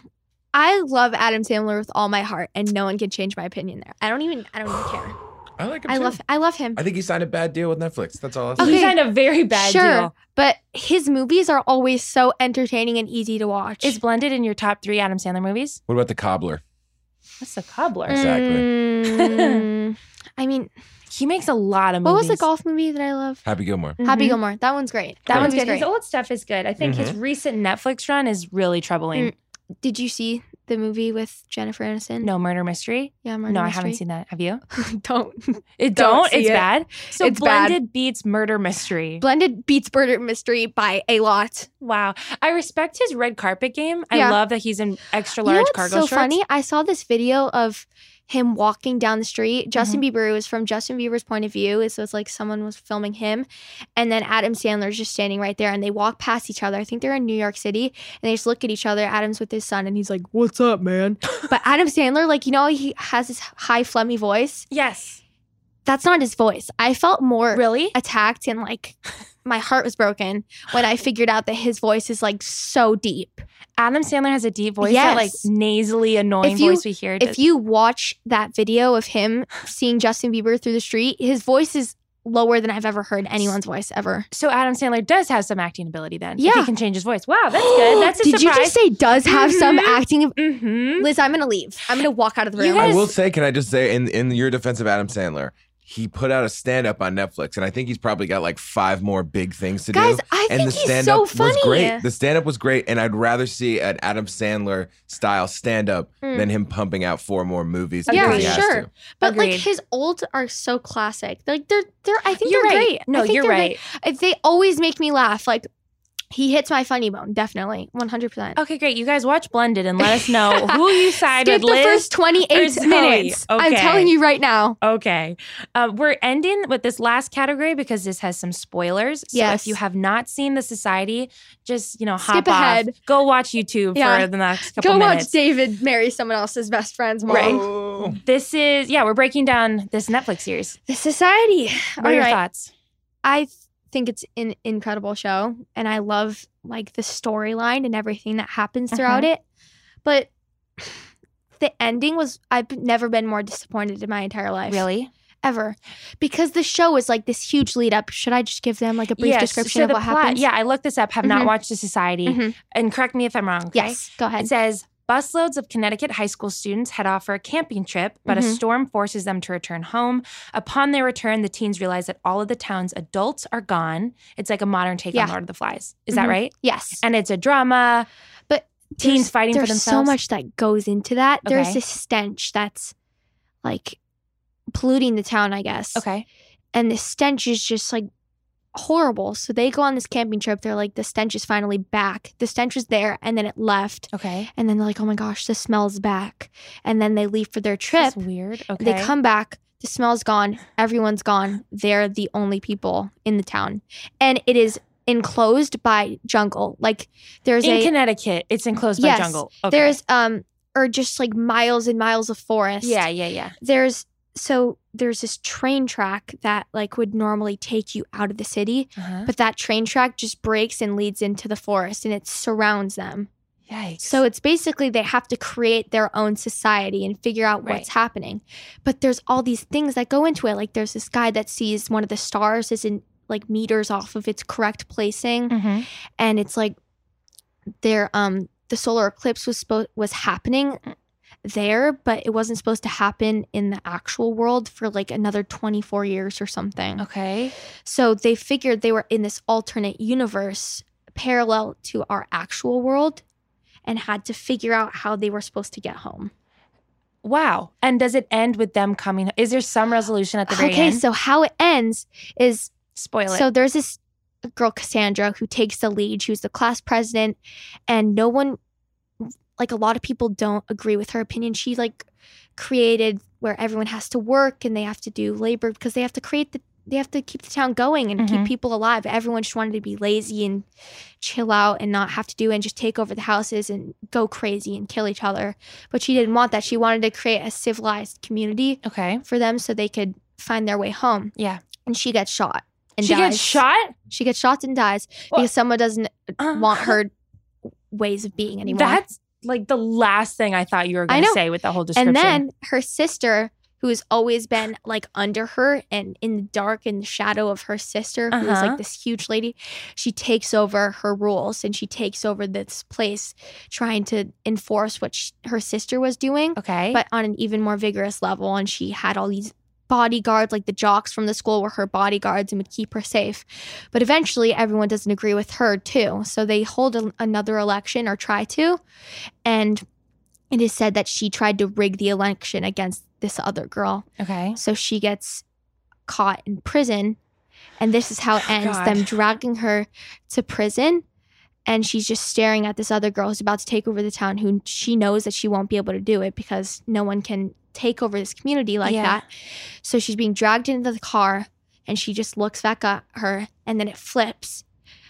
S3: I love Adam Sandler with all my heart, and no one can change my opinion there. I don't even. I don't even care.
S2: I like him.
S3: I
S2: too.
S3: love. I love him.
S2: I think he signed a bad deal with Netflix. That's all. I'll say.
S3: Okay.
S1: He signed a very bad
S3: Sure.
S1: deal.
S3: But his movies are always so entertaining and easy to watch.
S1: Is blended in your top three Adam Sandler movies.
S2: What about the cobbler?
S1: What's the cobbler?
S2: Mm. exactly.
S3: Mm, I mean,
S1: He makes a lot of
S3: what
S1: movies.
S3: was the golf movie that I love?
S2: Happy Gilmore.
S3: Happy
S1: Mhm.
S3: Gilmore. That one's great. That
S2: Great.
S3: one's
S1: good.
S3: great.
S1: His old stuff is good. I think his recent Netflix run is really troubling.
S3: Did you see the movie with Jennifer Aniston?
S1: No murder mystery.
S3: Yeah, Murder
S1: no, I haven't
S3: Mystery.
S1: seen that. Have you?
S3: Don't.
S1: It
S3: Don't
S1: don't.
S3: see
S1: it's
S3: it.
S1: bad. So
S3: It's bad.
S1: blended beats murder mystery.
S3: Blended beats Murder Mystery by a lot.
S1: wow. I respect his red carpet game. I
S3: Yeah.
S1: love that he's in extra
S3: you know
S1: large
S3: what's
S1: cargo
S3: so
S1: shorts.
S3: funny? I saw this video of him walking down the street.
S1: Mm-hmm.
S3: Justin Bieber it was from Justin Bieber's point of view, so it's like someone was filming him, and then Adam Sandler's just standing right there, and they walk past each other. I think they're in New York City, and they just look at each other. Adam's with his son, and he's like, "What's up, man?" but Adam Sandler, like you know, he has this high flummy voice.
S1: Yes.
S3: That's not his voice. I felt more
S1: Really?
S3: attacked and like. My heart was broken when I figured out that his voice is like so deep.
S1: Adam Sandler has a deep voice, that like
S3: Yes.
S1: nasally annoying
S3: If you-
S1: voice we hear.
S3: if you watch that video of him seeing Justin Bieber through the street, his voice is lower than I've ever heard anyone's voice ever.
S1: so Adam Sandler does have some acting ability then. if
S3: Yeah.
S1: he can change his voice. Wow, that's good. That's a
S3: Did you
S1: surprise.
S3: just say does have some
S1: Mhm.
S3: acting?
S1: mm-hmm.
S3: Liz, I'm gonna leave. I'm gonna walk out of the
S1: You
S3: room.
S1: guys-
S2: I will say, can I just say, in in your defense of Adam Sandler, he put out a stand up on Netflix, and I think he's probably got like five more big things to
S3: Guys,
S2: do.
S3: I
S2: and
S3: think
S2: the
S3: he's
S2: stand
S3: so
S2: up
S3: funny.
S2: was great. The stand up was great, and I'd rather see an Adam Sandler style stand up
S3: Mm.
S1: Hmm.
S2: than him pumping out four more movies.
S1: Yeah,
S2: because he has
S3: sure.
S2: to.
S3: but like
S1: Agreed.
S3: his old are so classic. Like they're they're I think
S1: You're
S3: they're
S1: right.
S3: great. I
S1: No,
S3: think
S1: you're
S3: they're
S1: right.
S3: great. If they always make me laugh, like he hits my funny bone, definitely. One hundred percent.
S1: Okay, great. You guys watch Blended and let us know who you side
S3: Skip
S1: with.
S3: the
S1: Liz
S3: first twenty
S1: or
S3: eight
S1: Zoe?
S3: minutes. I'm
S1: Okay.
S3: telling you right now.
S1: Okay. Uh, we're ending with this last category because this has some spoilers. So
S3: Yes.
S1: if you have not seen The Society, just, you know, hop
S3: Skip ahead.
S1: off. Go watch YouTube
S3: Yeah.
S1: for the next couple
S3: Go watch
S1: minutes.
S3: David marry someone else's best friend's mom.
S1: Right.
S2: Oh.
S1: this is, yeah, we're breaking down this Netflix series.
S3: The society.
S1: What
S3: All
S1: are your
S3: right.
S1: thoughts?
S3: I th- think it's an incredible show and I love like the storyline and everything that
S1: Uh-huh.
S3: happens throughout it. But the ending was I've never been more disappointed in my entire life.
S1: Really?
S3: Ever. Because the show is like this huge lead up. Should I just give them like a brief
S1: Yes,
S3: description
S1: so
S3: of
S1: the
S3: what
S1: plot-
S3: happens?
S1: Yeah, I looked this up, have not
S3: Mhm.
S1: watched The Society.
S3: Mhm.
S1: And correct me if I'm wrong. okay?
S3: Yes. Go ahead.
S1: It says busloads of Connecticut high school students head off for a camping trip, but a
S3: Mhm.
S1: storm forces them to return home. Upon their return, the teens realize that all of the town's adults are gone. It's like a modern take
S3: Yeah.
S1: on Lord of the Flies. Is
S3: Mhm.
S1: that right?
S3: Yes.
S1: And it's a drama.
S3: But
S1: teens
S3: There's-
S1: fighting for
S3: there's so
S1: themselves.
S3: much that goes into that. There's
S1: Okay.
S3: this stench that's like polluting the town, I guess.
S1: Okay.
S3: and the stench is just like horrible. So they go on this camping trip. They're like, the stench is finally back. The stench was there and then it left.
S4: Okay.
S3: And then they're like, oh my gosh, the smell's back. And then they leave for their
S4: That's
S3: trip.
S4: weird. Okay.
S3: They come back. The smell's gone. Everyone's gone. They're the only people in the town. And it is enclosed by jungle. Like there's
S4: in
S3: a
S4: Connecticut. It's enclosed
S3: Yes,
S4: by jungle. Okay.
S3: there's um or just like miles and miles of forest.
S4: yeah, yeah, yeah.
S3: There's so there's this train track that like would normally take you out of the city,
S4: Uh-huh.
S3: but that train track just breaks and leads into the forest and it surrounds them.
S4: Yikes.
S3: So it's basically they have to create their own society and figure out
S4: Right.
S3: what's happening. But there's all these things that go into it. Like there's this guy that sees one of the stars isn't like meters off of its correct placing
S1: Mm-hmm.
S4: Mhm.
S3: and it's like their um the solar eclipse was supposed was happening there but it wasn't supposed to happen in the actual world for like another 24 years or something
S4: okay.
S3: so they figured they were in this alternate universe parallel to our actual world and had to figure out how they were supposed to get home
S4: Wow. And does it end with them coming? Is there some resolution at the very
S3: okay
S4: end?
S3: so how it ends is
S4: Spoil it.
S3: So there's this girl, Cassandra, who takes the lead. She was the class president, and no one, like a lot of people, don't agree with her opinion. She like created where everyone has to work and they have to do labor because they have to create the they have to keep the town going and
S4: Mhm.
S3: keep people alive. Everyone just wanted to be lazy and chill out and not have to do and just take over the houses and go crazy and kill each other. But she didn't want that. She wanted to create a civilized community
S4: okay.
S3: for them so they could find their way home.
S4: Yeah.
S3: And she gets shot. And
S4: she
S3: dies.
S4: gets shot.
S3: She gets shot and dies
S4: Well-
S3: because someone doesn't
S4: Uh,
S3: want her ways of being anymore.
S4: That's like the last thing I thought you were going to
S3: know.
S4: say with the whole description.
S3: and then her sister, who has always been like under her and in the dark in the shadow of her sister, who's
S4: Uh-huh.
S3: like this huge lady, she takes over her rules and she takes over this place, trying to enforce what sh her sister was doing,
S4: okay.
S3: but on an even more vigorous level. And she had all these bodyguards, like the jocks from the school were her bodyguards and would keep her safe. But eventually, everyone doesn't agree with her, too. So they hold a, another election or try to. And it is said that she tried to rig the election against this other girl.
S4: okay.
S3: So she gets caught in prison. And this is how it
S4: Oh,
S3: ends
S4: God.
S3: them dragging her to prison. And she's just staring at this other girl who's about to take over the town, who she knows that she won't be able to do it because no one can take over this community like
S4: Yeah.
S3: that. So she's being dragged into the car and she just looks back at her. And then it flips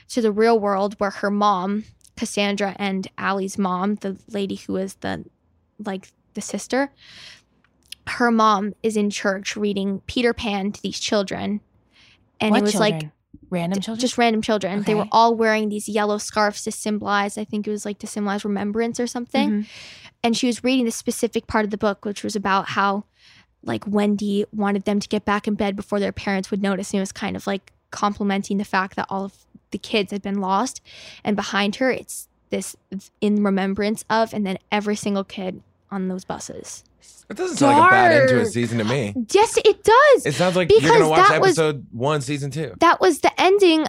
S3: to the real world where her mom, Cassandra and Allie's mom, the lady who is the like the sister, her mom is in church reading Peter Pan to these children. And
S4: What
S3: it was like
S4: children? random children.
S3: just random children. They were
S4: Okay.
S3: all wearing these yellow scarves to symbolize, I think it was like to symbolize remembrance or something
S4: Mhm.
S3: and she was reading this specific part of the book, which was about how like Wendy wanted them to get back in bed before their parents would notice. And it was kind of like complimenting the fact that all of the kids had been lost. And behind her, it's this in remembrance of, and then every single kid on those buses.
S2: It doesn't sound like a bad end to a
S4: Dark.
S2: season to me.
S3: Yes, it does.
S2: It sounds like you're
S3: Because
S2: gonna watch
S3: that was-
S2: episode one, season two.
S3: that was the ending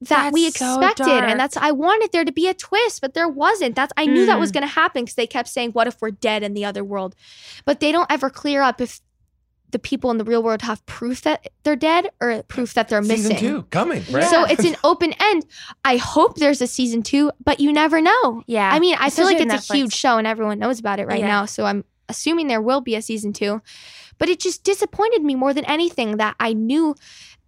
S3: that we
S4: That's so
S3: expected
S4: dark.
S3: and that's i wanted there to be a twist but there wasn't that's i knew that was
S4: Mm.
S3: going to happen because they kept saying what if we're dead in the other world but they don't ever clear up if the people in the real world have proof that they're dead or proof that they're
S2: season
S3: missing
S2: two coming, right?
S3: so it's an open end i hope there's a season two but you never know
S4: Yeah.
S3: i mean i feel
S4: Especially
S3: like
S4: on
S3: it's a
S4: Netflix.
S3: huge show and everyone knows about it right
S4: Yeah.
S3: now so i'm assuming there will be a season two but it just disappointed me more than anything that i knew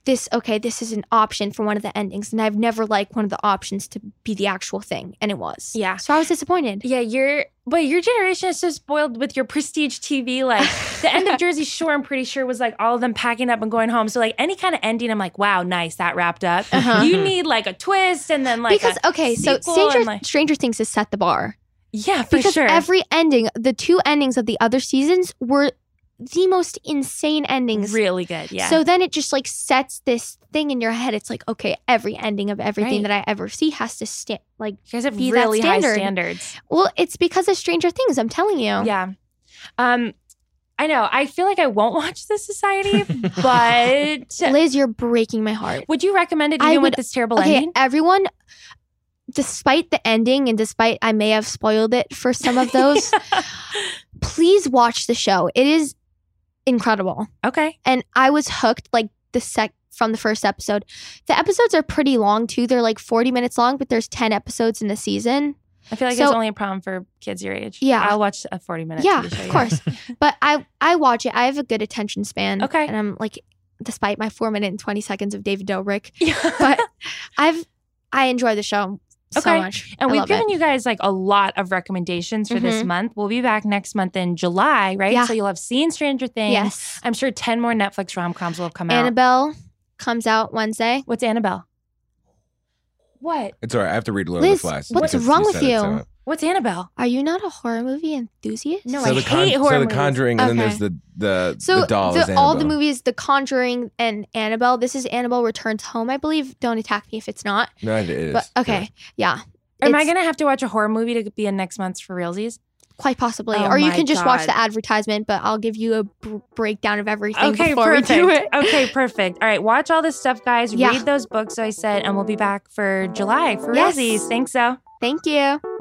S3: this okay this is an option for one of the endings and i've never liked one of the options to be the actual thing and it was
S4: Yeah.
S3: so i was disappointed
S4: Yeah, your but your generation is so spoiled with your prestige TV. Like the end of Jersey Shore, I'm pretty sure was like all of them packing up and going home. So like any kind of ending, I'm like, wow, nice, that wrapped up.
S3: Uh-huh.
S4: You need like a twist and then like
S3: because
S4: a
S3: okay so
S4: sequel
S3: stranger,
S4: and, like-
S3: stranger things has set the bar
S4: yeah, for
S3: because
S4: sure.
S3: every ending the two endings of the other seasons were the most insane endings
S4: really good. Yeah.
S3: So then it just like sets this thing in your head. It's like, okay, every ending of
S4: Right.
S3: everything that I ever see has to stand. Like,
S4: you guys have
S3: be that
S4: really high
S3: standard.
S4: standards.
S3: well, it's because of Stranger Things. I'm telling you.
S4: Yeah. Um, I know. I feel like I won't watch The Society, but
S3: Liz, you're breaking my heart.
S4: would you recommend it
S3: I
S4: even with
S3: would-
S4: this terrible
S3: Okay,
S4: ending?
S3: everyone. Despite the ending, and despite I may have spoiled it for some of those, please watch the show. It is incredible,
S4: Okay.
S3: and I was hooked. Like the sec from the first episode. The episodes are pretty long too. They're like 40 minutes long, but there's 10 episodes in a season.
S1: I feel like
S3: So-
S1: it's only a problem for kids your age.
S3: Yeah.
S1: I'll watch a 40 minute
S3: Yeah,
S1: TV show,
S3: of course. but I I watch it. I have a good attention span.
S1: Okay.
S3: And I'm like despite my 4 minute and 20 seconds of David Dobrik,
S1: Yeah.
S3: but I've I enjoy the show so
S1: Okay.
S3: much.
S1: And
S3: I
S1: we've
S3: love it.
S1: given you guys like a lot of recommendations for this
S3: Mhm.
S1: month. We'll be back next month in July, right?
S3: Yeah.
S1: So you'll have seen Stranger Things.
S3: Yes.
S1: I'm sure 10 more Netflix rom coms will have come out.
S3: Annabelle comes out Wednesday.
S1: What's Annabelle? What?
S2: It's all right. I have to read Lord
S3: Liz,
S2: of the Flies.
S3: what's
S2: because
S3: wrong with
S2: said it,
S3: you?
S2: so-
S1: What's Annabelle?
S3: Are you not a horror movie enthusiast?
S1: No,
S2: so
S1: I
S2: the con-
S1: hate horror
S2: So the
S1: movies.
S2: Conjuring, and then
S3: Okay.
S2: there's the the,
S3: So
S2: the doll is
S3: the- all the
S2: Annabelle.
S3: movies, The Conjuring and Annabelle. This is Annabelle Returns Home, I believe. Don't attack me if it's not.
S2: No, it is.
S3: but okay, yeah,
S1: Am I
S3: It's-
S1: going to have to watch a horror movie to be in next month's for realsies?
S3: quite possibly.
S1: Oh
S3: or you
S1: my
S3: can just watch
S1: God.
S3: the advertisement, but I'll give you a br- breakdown of everything
S1: Okay,
S3: before
S1: perfect.
S3: we do it.
S1: Okay, perfect. All right, watch all this stuff, guys.
S3: Yeah.
S1: Read those books I said, and we'll be back for July for
S3: Yes.
S1: realsies. Thanks, so.
S3: Thank you.